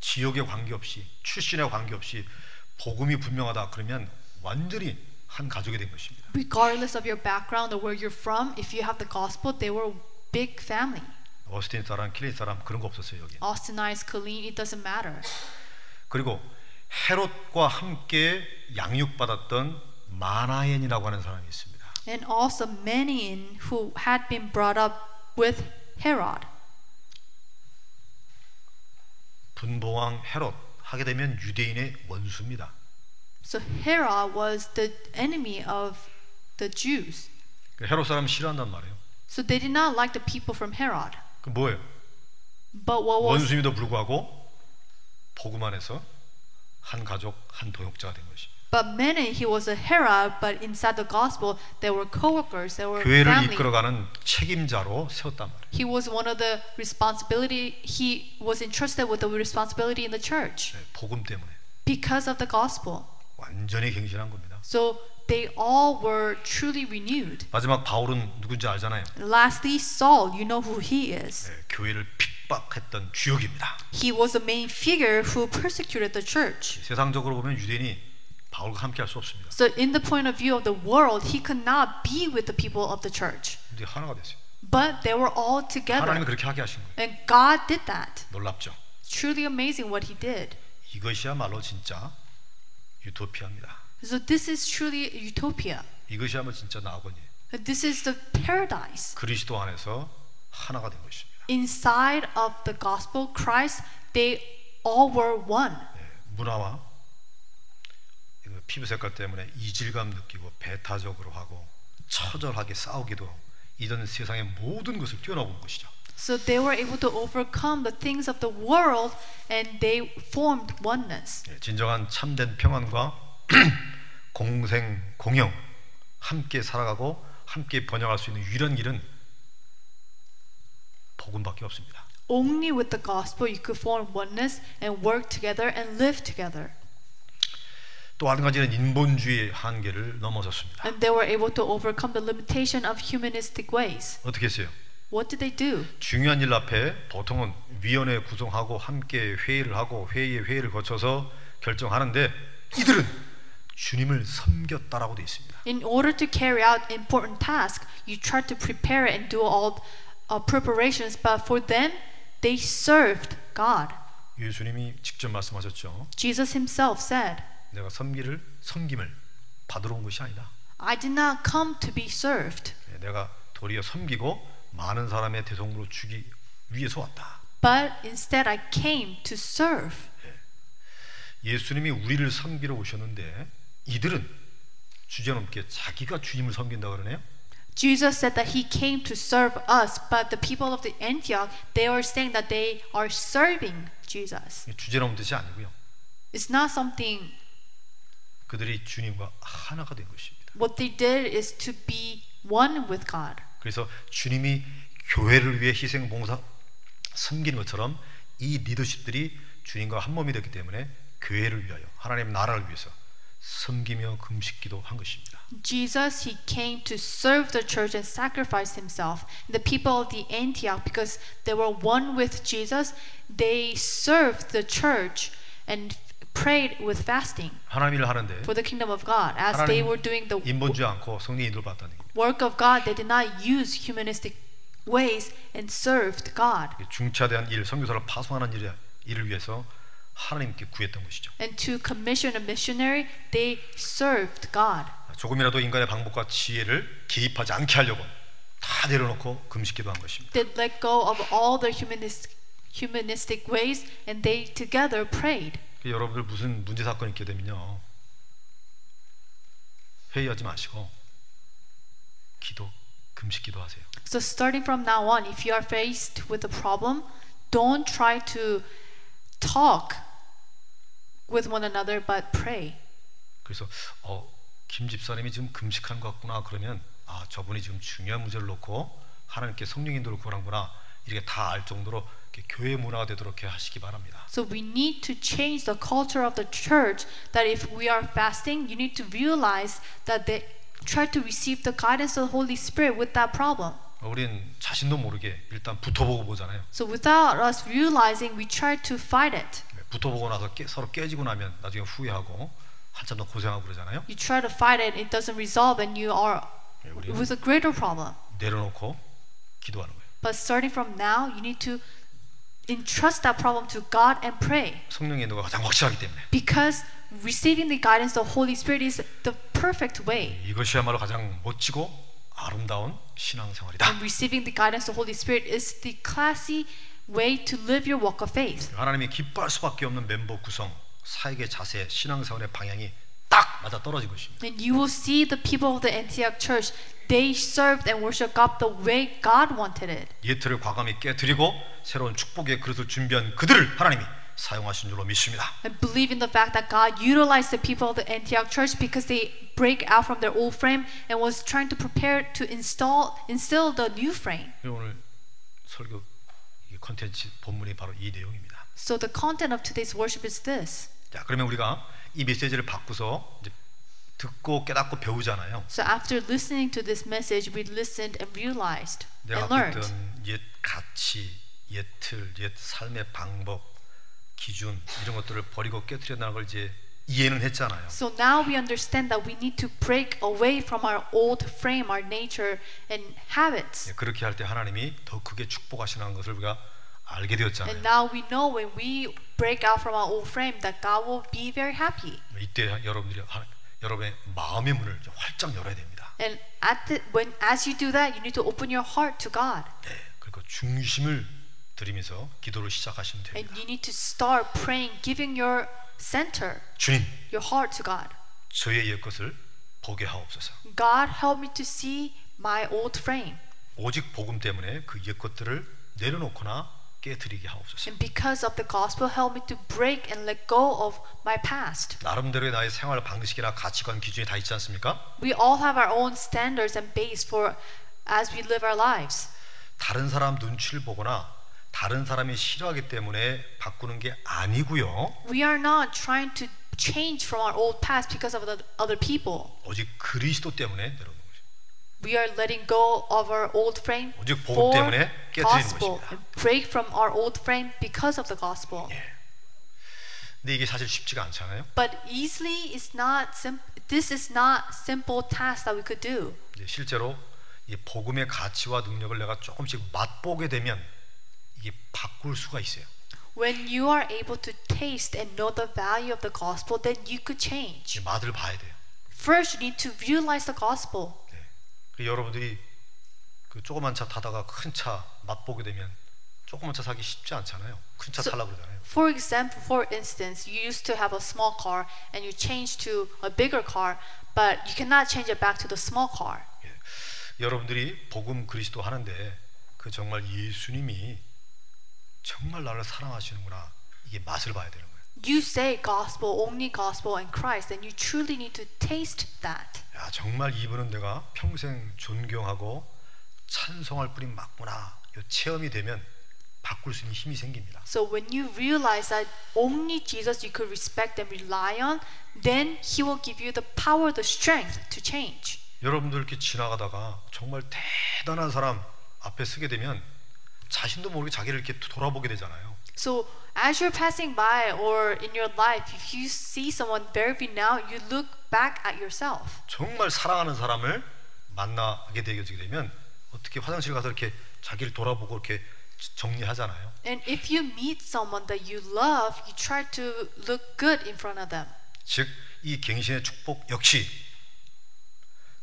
Speaker 1: 지역에 관계없이 출신에 관계없이 복음이 분명하다 그러면 완전히 한 가족이 된 것입니다.
Speaker 2: Regardless of your background or where you're from, if you have the gospel, they were a big family.
Speaker 1: 어스틴 사람, 킬린 사람 그런 거 없었어요 여기.
Speaker 2: Austinites, Colleen, it doesn't matter.
Speaker 1: 그리고 헤롯과 함께 양육받았던 마나엔이라고 하는 사람이 있습니다.
Speaker 2: And also Menin, who had been brought up with Herod.
Speaker 1: 분봉왕 헤롯 하게 되면 유대인의 원수입니다.
Speaker 2: So Herod was the enemy of the Jews.
Speaker 1: 그 헤롯 사람 싫어한단 말이에요.
Speaker 2: So they did not like the people from Herod.
Speaker 1: 그 뭐예요?
Speaker 2: But what was
Speaker 1: 원수임에도 불구하고 복음 안에서 한 가족 한 동역자가 된 것이.
Speaker 2: but Menin, he was a Herod, but inside the gospel they were co-workers, they were
Speaker 1: 교회를
Speaker 2: family.
Speaker 1: 이끌어가는 책임자로 세웠단 말이에요.
Speaker 2: He was one of the responsibility he was entrusted with the responsibility in the church
Speaker 1: 네, 복음 때문에
Speaker 2: because of the gospel.
Speaker 1: 완전히 갱신한 겁니다.
Speaker 2: So they all were truly renewed.
Speaker 1: 마지막 바울은 누군지 알잖아요.
Speaker 2: Lastly, Saul, you know who he is.
Speaker 1: 네, 교회를 핍박했던 주역입니다.
Speaker 2: He was the main figure who persecuted the church.
Speaker 1: 세상적으로 보면 유대인이 바울과 함께 할 수 없습니다.
Speaker 2: So, in the point of view of the world, he could not be with the people of the church.
Speaker 1: 근데 하나가 됐어요.
Speaker 2: But they were all
Speaker 1: 하나님이
Speaker 2: together.
Speaker 1: 그렇게 하게 하신 거예요.
Speaker 2: And God did that.
Speaker 1: 놀랍죠.
Speaker 2: Truly amazing what he did.
Speaker 1: 이것이야말로 진짜 유토피아입니다.
Speaker 2: So, this is truly utopia.
Speaker 1: 이것이야말로 진짜 나오거니
Speaker 2: This is the paradise.
Speaker 1: 그리스도 안에서 하나가 된 것입니다.
Speaker 2: Inside of the gospel, Christ, they all were one.
Speaker 1: 예, 문화와 그 피부 색깔 때문에 이질감 느끼고 배타적으로 하고 처절하게 싸우기도 이전 세상의 모든 것을 뛰어넘은 것이죠.
Speaker 2: So they were able to overcome the things of the world and they formed oneness.
Speaker 1: 예, 진정한 참된 평안과 공생 공영 함께 살아가고 함께 번영할 수 있는 유일한 길은 복음밖에 없습니다.
Speaker 2: Only with the gospel you could form oneness and work together and live together.
Speaker 1: 또 한 가지는 인본주의의 한계를 넘어섰습니다.
Speaker 2: And they were able to overcome the limitation of humanistic ways.
Speaker 1: 어떻게 했어요?
Speaker 2: What did they do?
Speaker 1: 중요한 일 앞에 보통은 위원회 구성하고 함께 회의를 하고 회의에 회의를 거쳐서 결정하는데 이들은 주님을 섬겼다라고 돼 있습니다.
Speaker 2: In order to carry out important tasks, you try to prepare and do all uh, preparations, but for them, they served God.
Speaker 1: 예수님이 직접 말씀하셨죠.
Speaker 2: Jesus himself said,
Speaker 1: 내가 섬기를 섬김을 받으러 온 것이 아니다.
Speaker 2: I did not come to be served,
Speaker 1: 네, 내가 도리어 섬기고 많은 사람의 대성으로 주기 위해서 왔다.
Speaker 2: but instead I came to serve.
Speaker 1: 예수님이 우리를 섬기러 오셨는데 이들은 주제넘게 자기가 주님을 섬긴다 그러네요.
Speaker 2: Jesus said that he came to serve us, but the people of the Antioch, they are saying that they are serving Jesus.
Speaker 1: 주제넘 뜻이 아니고요.
Speaker 2: It's not something
Speaker 1: 그들이 주님과 하나가 된 것입니다.
Speaker 2: what they did is to be one with God.
Speaker 1: 그래서 주님이 교회를 위해 희생 봉사 섬기는 것처럼 이 리더십들이 주님과 한 몸이 됐기 때문에 교회를 위하여 하나님 나라를 위해서 섬기며 금식기도 한 것입니다.
Speaker 2: Jesus, he came to serve the church and sacrifice himself. The people of the Antioch, because they were one with Jesus, they served the church and prayed with fasting
Speaker 1: 하나님 일을 하는데
Speaker 2: for the kingdom of God. As they were doing the
Speaker 1: 인본주의 않고 성령 인도를 받다는 거.
Speaker 2: work of God, they did not use humanistic ways and served God.
Speaker 1: 중차대한 일, 선교사를 파송하는 일에, 일을 위해서 하나님께 구했던 것이죠.
Speaker 2: And to commission a missionary, they served God.
Speaker 1: 조금이라도 인간의 방법과 지혜를 개입하지 않게 하려고 다 내려놓고 금식기도 한 것입니다.
Speaker 2: They let go of all their humanistic, humanistic ways and they together prayed.
Speaker 1: 그 여러분들 무슨 문제 사건 이 있게 되면요 회의하지 마시고 기도 금식 기도하세요.
Speaker 2: So starting from now on, if you are faced with a problem, don't try to talk with one another, but pray.
Speaker 1: 그래서 어 김 집사님이 지금 금식하는 것 같구나 그러면 아 저분이 지금 중요한 문제를 놓고 하나님께 성령 인도를 구하는구나 이렇게 다 알 정도로 이렇게 교회 문화가 되도록 해 하시기 바랍니다.
Speaker 2: So we need to change the culture of the church that if we are fasting, you need to realize that they try to receive the guidance of the Holy Spirit with that problem.
Speaker 1: 어, 우린 자신도 모르게 일단 붙어보고 보잖아요.
Speaker 2: So without us realizing, we try to fight it.
Speaker 1: 네, 붙어보고 나서 깨, 서로 깨지고 나면 나중에 후회하고 한참 더 고생하고 그러잖아요.
Speaker 2: You try to fight it, it doesn't resolve, and you are
Speaker 1: 네, 우리는
Speaker 2: with a greater problem.
Speaker 1: 내려놓고 기도하는 거예요.
Speaker 2: But starting from now, you need to entrust that problem to God and pray.
Speaker 1: 성령의 인도가 가장 확실하기 때문에
Speaker 2: Because receiving the guidance of the Holy Spirit is the perfect way.
Speaker 1: 이것이야말로 가장 멋지고 아름다운 신앙생활이다.
Speaker 2: And receiving the guidance of the Holy Spirit is the classy way to live your walk of faith.
Speaker 1: 하나님이 기뻐할 수밖에 없는 멤버 구성, 사역의 자세, 신앙생활의 방향이 딱 맞아 떨어진 것입니다.
Speaker 2: And you will see the people of the Antioch church, they served and worshiped God the way God wanted it.
Speaker 1: 예틀을 과감히 깨뜨리고 새로운 축복의 그릇을 준비한 그들을 하나님이 사용하신 줄로 믿습니다.
Speaker 2: And believe in the fact that God utilized the people of the Antioch church because they break out from their old frame and was trying to prepare to install instill the new frame.
Speaker 1: 그리고 네, 오늘 설교 이 컨텐츠 본문이 바로 이 내용입니다.
Speaker 2: So the content of today's worship is this.
Speaker 1: 자, 그러면 우리가 이 메시지를 바꾸서 이제 듣고 깨닫고 배우잖아요.
Speaker 2: So after listening to this message, we listened and realized
Speaker 1: 내가
Speaker 2: and
Speaker 1: 갖고
Speaker 2: learned.
Speaker 1: 있던 옛 가치, 옛 틀, 옛 삶의 방법, 기준 이런 것들을 버리고 깨뜨려나갈 걸 이제 이해는 했잖아요.
Speaker 2: So now we understand that we need to break away from our old frame, our nature and habits.
Speaker 1: 예, 그렇게 할 때 하나님이 더 크게 축복하시는 것을 우리가 알게
Speaker 2: And
Speaker 1: 되었잖아요.
Speaker 2: now we know when we break out from our old frame that God will be very happy.
Speaker 1: 이때 여러분들이 하- 여러분의 마음의 문을 좀 활짝 열어야 됩니다.
Speaker 2: And at the, when as you do that, you need to open your heart to God.
Speaker 1: 네, 그리고 중심을 들이면서 기도를 시작하시면
Speaker 2: And
Speaker 1: 됩니다.
Speaker 2: you need to start praying, giving your center,
Speaker 1: 주님,
Speaker 2: your heart to God.
Speaker 1: 저의 옛 것을 보게 하옵소서.
Speaker 2: God help me to see my old frame.
Speaker 1: 오직 복음 때문에 그 옛 것들을 내려놓거나 깨뜨리게 하옵소서.
Speaker 2: And because of the gospel, help me to break and let go of my past.
Speaker 1: 나름대로의 나의 생활 방식이나 가치관 기준이 다 있지 않습니까?
Speaker 2: We all have our own standards and base for as we live our lives.
Speaker 1: 다른 사람 눈치를 보거나 다른 사람이 싫어하기 때문에 바꾸는 게 아니고요.
Speaker 2: We are not trying to changed from our old past because of the other people.
Speaker 1: 오직 그리스도 때문에 내려오는 것입니다.
Speaker 2: We are letting go of our old frame
Speaker 1: 오직 복음
Speaker 2: for
Speaker 1: 때문에 깨트리는
Speaker 2: gospel.
Speaker 1: 것입니다.
Speaker 2: Break from our old frame because of the gospel.
Speaker 1: 예. 근데 이게 사실 쉽지가 않잖아요.
Speaker 2: But easily is not sim- this is not simple task that we could do.
Speaker 1: 이제 실제로 이 복음의 가치와 능력을 내가 조금씩 맛보게 되면 이게 바꿀 수가 있어요.
Speaker 2: When you are able to taste and know the value of the gospel, then you could
Speaker 1: 이제
Speaker 2: change.
Speaker 1: 맛을 봐야 돼요.
Speaker 2: First, you need to realize the gospel.
Speaker 1: 네. 그리고 여러분들이 그 조그만 차 타다가 큰 차 맛보게 되면 조그만 차 사기 쉽지 않잖아요. 큰 차
Speaker 2: So-
Speaker 1: 살라 그러잖아요.
Speaker 2: For example, for instance, you used to have a small car and you changed to a bigger car, but you cannot change it back to the small car.
Speaker 1: 예. 여러분들이 복음 그리스도 하는데 그 정말 예수님이 정말 나를 사랑하시는구나 이게 맛을 봐야 되는 거예요.
Speaker 2: You say gospel, only gospel, and Christ, and you truly need to taste that.
Speaker 1: 야 정말 이분은 내가 평생 존경하고 찬송할 뿐이 맞구나 이 체험이 되면 바꿀 수 있는 힘이 생깁니다.
Speaker 2: So when you realize that only Jesus you could respect and rely on, then He will give you the power, the strength to change.
Speaker 1: 여러분들 이렇게 지나가다가 정말 대단한 사람 앞에 서게 되면 자신도 모르게 자기를 이렇게 돌아보게 되잖아요.
Speaker 2: So as you're passing by or in your life, if you see someone very renowned, you look back at yourself.
Speaker 1: 정말 사랑하는 사람을 만나게 되게 되면 어떻게 화장실 가서 이렇게 자기를 돌아보고 이렇게 정리하잖아요.
Speaker 2: And if you meet someone that you love, you try to look good in front of them.
Speaker 1: 즉 이 갱신의 축복 역시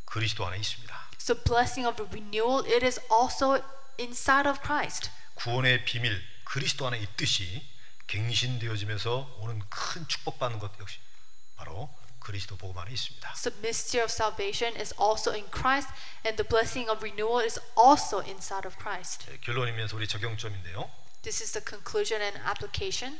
Speaker 1: 그리스도 안에 있습니다.
Speaker 2: So blessing of renewal, it is also inside of Christ.
Speaker 1: 구원의 비밀 그리스도 안에 있듯이 갱신되어지면서 오는 큰 축복받는 것 역시 바로 그리스도 복음 안에 있습니다.
Speaker 2: So mystery of salvation is also in Christ, and the blessing of renewal is also inside of Christ.
Speaker 1: 네, 결론이면서 우리 적용점인데요.
Speaker 2: This is the conclusion and application.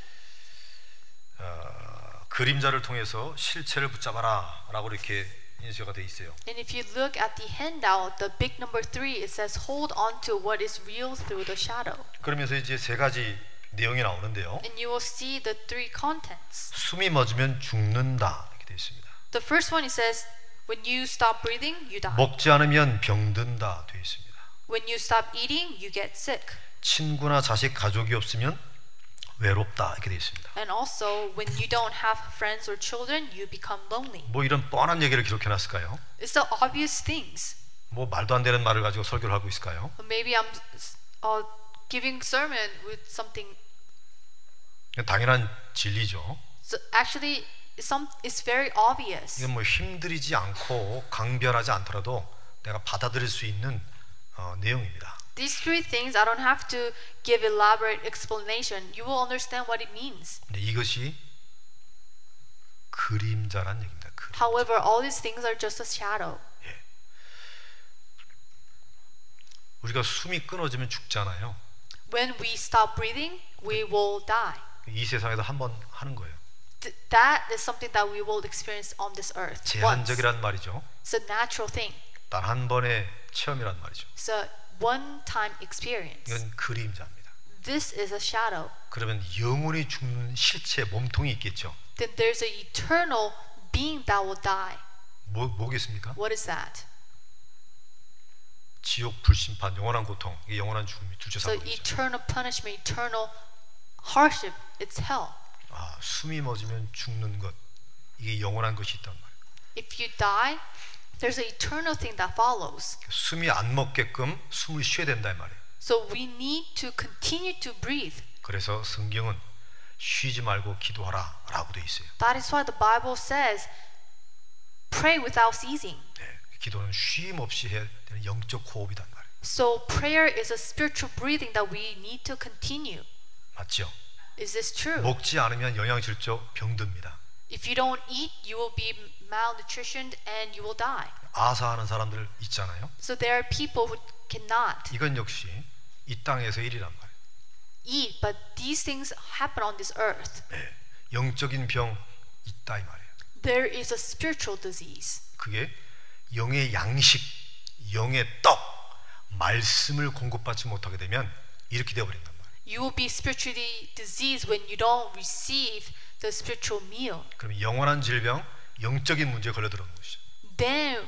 Speaker 1: 어, 그림자를 통해서 실체를 붙잡아라라고 이렇게 인쇄가 돼 있어요.
Speaker 2: And if you look at the handout, the big number three, it says, "Hold on to what is real through the shadow."
Speaker 1: 그러면서 이제 세 가지 내용이 나오는데요.
Speaker 2: And you will see the three contents.
Speaker 1: 숨이 멎으면 죽는다 이렇게 돼 있습니다.
Speaker 2: The first one it says, "When you stop breathing, you die.
Speaker 1: 먹지 않으면 병든다 돼 있습니다.
Speaker 2: When you stop eating, you get sick."
Speaker 1: 친구나 자식 가족이 없으면 외롭다 이렇게 돼 있습니다.
Speaker 2: And also, when you don't have friends or children, you become lonely.
Speaker 1: 뭐 이런 뻔한 얘기를 기록해 놨을까요?
Speaker 2: It's the obvious things.
Speaker 1: 뭐 말도 안 되는 말을 가지고 설교를 하고 있을까요?
Speaker 2: Or maybe I'm uh, giving sermon with something.
Speaker 1: 당연한 진리죠.
Speaker 2: So actually, some it's very obvious.
Speaker 1: 이건 뭐 힘들이지 않고 강변하지 않더라도 내가 받아들일 수 있는 어, 내용입니다.
Speaker 2: These three things, I don't have to give elaborate explanation. You will understand what it means.
Speaker 1: 근데 이것이 그림자란 얘기입니다. 그
Speaker 2: However, all these things are just a shadow.
Speaker 1: 우리가 숨이 끊어지면 죽잖아요.
Speaker 2: When we stop breathing, we will die.
Speaker 1: 이 세상에서 한 번 하는 거예요.
Speaker 2: Th- that is something that we will experience on this earth. Once.
Speaker 1: 제한적이란 말이죠.
Speaker 2: It's a natural thing.
Speaker 1: 단 한 번의 체험이란 말이죠.
Speaker 2: It's a one-time experience.
Speaker 1: 이건 그림자입니다.
Speaker 2: This is a shadow.
Speaker 1: 그러면 영혼이 죽는 실체 몸통이 있겠죠.
Speaker 2: Then there's an eternal being that will die.
Speaker 1: 뭐 뭐겠습니까?
Speaker 2: What is that?
Speaker 1: 지옥 불심판, 영원한 고통, 이게 영원한 죽음이 둘째
Speaker 2: So
Speaker 1: 상황이죠.
Speaker 2: eternal punishment, eternal hardship, it's hell.
Speaker 1: 아, 숨이 멎으면 죽는 것, 이게 영원한 것이 있단 말이에요.
Speaker 2: If you die, there's an eternal thing that follows.
Speaker 1: 숨이 안 먹게끔 숨을 쉬어야 된다 이 말이에요.
Speaker 2: So we need to continue to breathe.
Speaker 1: 그래서 성경은 쉬지 말고 기도하라라고 돼 있어요.
Speaker 2: That is why the Bible says, pray without ceasing.
Speaker 1: 네, 기도는 쉼 없이 해야 되는 영적 호흡이단 말이에요.
Speaker 2: So prayer is a spiritual breathing that we need to continue.
Speaker 1: 맞죠?
Speaker 2: Is this true?
Speaker 1: 먹지 않으면 영양실조 병듭니다.
Speaker 2: If you don't eat, you will be malnutritioned and you will die.
Speaker 1: 아사하는 사람들 있잖아요.
Speaker 2: So there are people who cannot
Speaker 1: 이건 역시 이 땅에서 일이란 말이에요.
Speaker 2: eat, but these things happen on this earth.
Speaker 1: 네, 영적인 병 있다 이 말이에요.
Speaker 2: There is a spiritual disease.
Speaker 1: 그게 영의 양식, 영의 떡, 말씀을 공급받지 못하게 되면 이렇게 되어버린단 말이에요.
Speaker 2: You will be spiritually diseased when you don't receive the spiritual meal.
Speaker 1: 그럼 영원한 질병, 영적인 문제에 걸려 들어오는 것이죠.
Speaker 2: Then,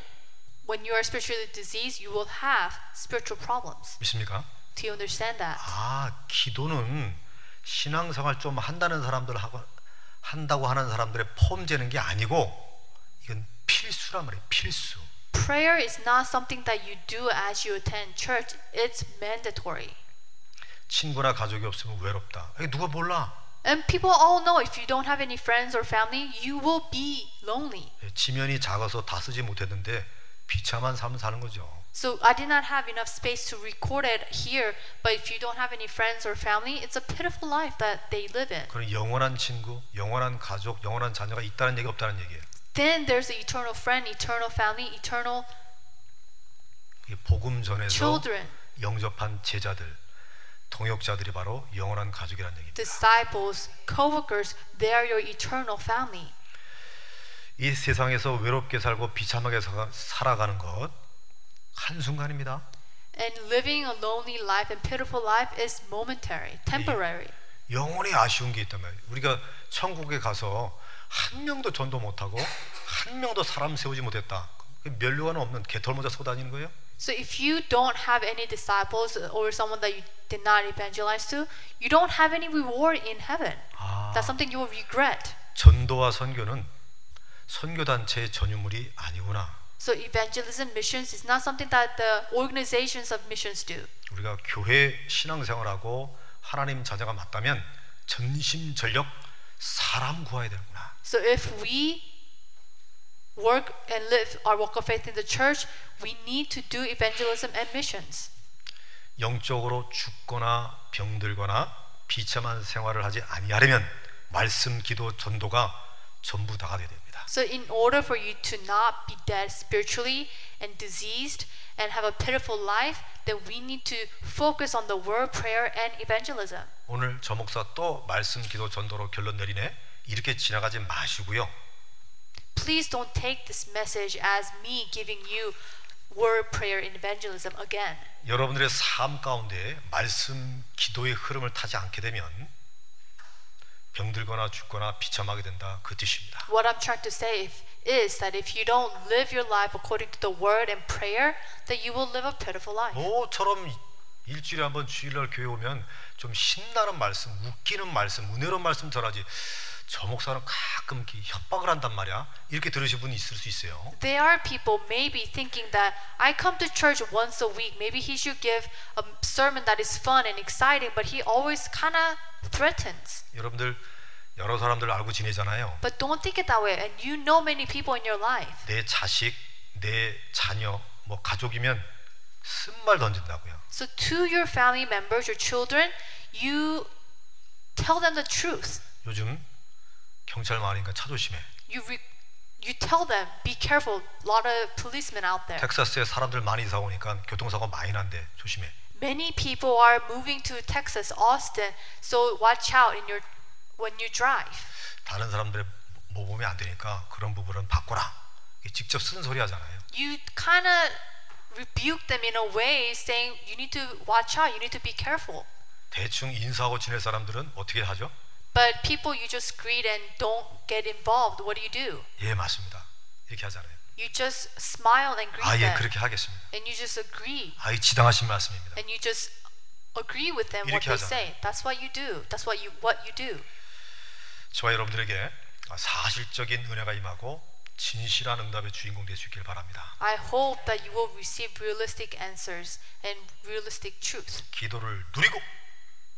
Speaker 2: when you are spiritually diseased, you will have spiritual problems.
Speaker 1: 믿습니까?
Speaker 2: Do you understand that?
Speaker 1: 아, 기도는 신앙생활 좀 한다는 사람들 하고 한다고 하는 사람들의 폼재는 게 아니고 이건 필수란 말이에요. 필수.
Speaker 2: Prayer is not something that you do as you attend church, it's mandatory.
Speaker 1: 친구나 가족이 없으면 외롭다. 이게 누가 몰라?
Speaker 2: And people all know if you don't have any friends or family, you will be lonely.
Speaker 1: 예, 지면이 작아서 다 쓰지 못했는데 비참한 삶 사는 거죠.
Speaker 2: So I did not have enough space to record it here, but if you don't have any friends or family, it's a pitiful life that they live in.
Speaker 1: 그런 영원한 친구, 영원한 가족, 영원한 자녀가 있다는 얘기 없다는 얘기예요.
Speaker 2: Then there's the eternal friend, eternal family, eternal
Speaker 1: 이게 복음 전에서
Speaker 2: children,
Speaker 1: 영접한 제자들, 동역자들이 바로 영원한 가족이라는 얘기입니다.
Speaker 2: disciples, co-workers, they are your eternal family.
Speaker 1: 이 세상에서 외롭게 살고 비참하게 사- 살아가는 것 한순간입니다.
Speaker 2: And living a lonely life and pitiful life is momentary, temporary.
Speaker 1: 영원히 아쉬운 게 있다면 우리가 천국에 가서 한 명도 전도 못하고 한 명도 사람 세우지 못했다. 그 면류관은 없는 개털모자 쏘 다니는 거예요?
Speaker 2: So if you don't have any disciples or someone that you did not evangelize to, you don't have any reward in heaven.
Speaker 1: 아,
Speaker 2: That's something you will regret.
Speaker 1: 전도와 선교는 선교단체의 전유물이 아니구나.
Speaker 2: So evangelism missions is not something that the organizations of missions do.
Speaker 1: 우리가 교회 신앙생활하고 하나님 자녀가 맞다면 전심전력 사람 구해야 되는구나.
Speaker 2: So if we work and live our walk of faith in the church, we need to do evangelism and missions.
Speaker 1: 영적으로 죽거나 병들거나 비참한 생활을 하지 아니하려면 말씀, 기도, 전도가 전부 다가 돼야 됩니다.
Speaker 2: So in order for you to not be dead spiritually and diseased and have a pitiful life, then we need to focus on the word, prayer, and evangelism.
Speaker 1: 오늘 저 목사 또 말씀, 기도, 전도로 결론 내리네. 이렇게 지나가지 마시고요.
Speaker 2: Please don't take this message as me giving you word, prayer, and evangelism again.
Speaker 1: 여러분들의 삶 가운데 말씀, 기도의 흐름을 타지 않게 되면 병들거나 죽거나 비참하게 된다 그 뜻입니다.
Speaker 2: What I'm trying to say if, is that if you don't live your life according to the word and prayer, then you will live a pitiful life.
Speaker 1: 모처럼 일주일에 한 번 주일날 교회 오면 좀 신나는 말씀, 웃기는 말씀, 은혜로운 말씀 전하지 저 목사는 가끔 이렇게 협박을 한단 말이야 이렇게 들으실 분이 있을 수 있어요.
Speaker 2: There are people maybe thinking that I come to church once a week. Maybe he should give a sermon that is fun and exciting, but he always kind of threatens.
Speaker 1: 여러분들 여러 사람들 알고 지내잖아요.
Speaker 2: But don't think it that way. And you know many people in your life.
Speaker 1: 내 자식, 내 자녀, 뭐 가족이면 쓴말 던진다고요.
Speaker 2: So to your family members, your children, you tell them the truth.
Speaker 1: 요즘 경찰 많으니까 차 조심해.
Speaker 2: You re- you tell them, be careful. A lot of policemen out there.
Speaker 1: 텍사스에 사람들 많이 이사 오니까 교통사고 많이 난대. 조심해.
Speaker 2: Many people are moving to Texas, Austin, so watch out in your when you drive.
Speaker 1: 다른 사람들의 모범이 안 되니까 그런 부분은 바꿔라. 이게 직접 쓴 소리 하잖아요.
Speaker 2: You kind of rebuke them in a way, saying you need to watch out, you need to be careful.
Speaker 1: 대충 인사하고 지낼 사람들은 어떻게 하죠?
Speaker 2: But people you just greet and don't get involved. What do you do?
Speaker 1: 예, 맞습니다. 이렇게 하잖아요.
Speaker 2: You just smile and greet
Speaker 1: 아, 예,
Speaker 2: them,
Speaker 1: 그렇게 하겠습니다.
Speaker 2: and you just agree,
Speaker 1: 아이, 지당하신 말씀입니다.
Speaker 2: and you just agree with them what
Speaker 1: 이렇게
Speaker 2: they
Speaker 1: 하잖아요.
Speaker 2: say. That's what you do. That's what you what you do.
Speaker 1: 저와 여러분들에게 아, 사실적인 은혜가 임하고 진실한 응답의 주인공 될 수 있길 바랍니다.
Speaker 2: I hope that you will receive realistic answers and realistic truth.
Speaker 1: 기도를 누리고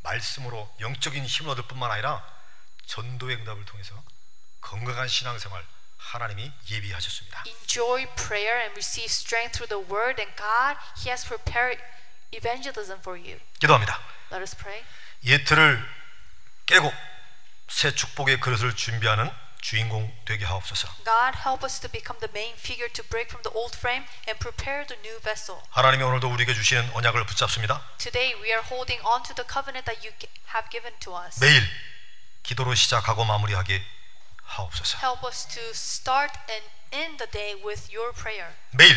Speaker 1: 말씀으로 영적인 힘을 얻을 뿐만 아니라 전도의 응답을 통해서 건강한 신앙생활 하나님이 예비하셨습니다.
Speaker 2: enjoy prayer and receive strength through the word and God he has prepared evangelism for you
Speaker 1: 기도합니다.
Speaker 2: let us pray
Speaker 1: 예틀을 깨고 새 축복의 그릇을 준비하는 주인공 되게 하옵소서.
Speaker 2: God help us to become the main figure to break from the old frame and prepare the new vessel
Speaker 1: 하나님이 오늘도 우리에게 주시는 언약을 붙잡습니다.
Speaker 2: today we are holding on to the covenant that you gi- have given to us
Speaker 1: 매일 기도로 시작하고 마무리하게 하옵소서.
Speaker 2: help us to start and end the day with your prayer
Speaker 1: 매일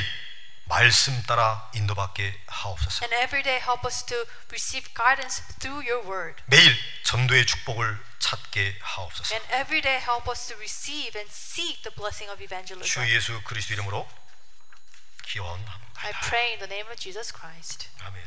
Speaker 1: 말씀 따라 인도받게 하옵소서.
Speaker 2: and every day help us to receive guidance through your word
Speaker 1: 매일 전도의 축복을 찾게 하옵소서.
Speaker 2: And every day help us to receive and seek the blessing of evangelism.
Speaker 1: 주 예수 그리스도 이름으로 기원합니다.
Speaker 2: I pray in the name of Jesus Christ.
Speaker 1: 아멘.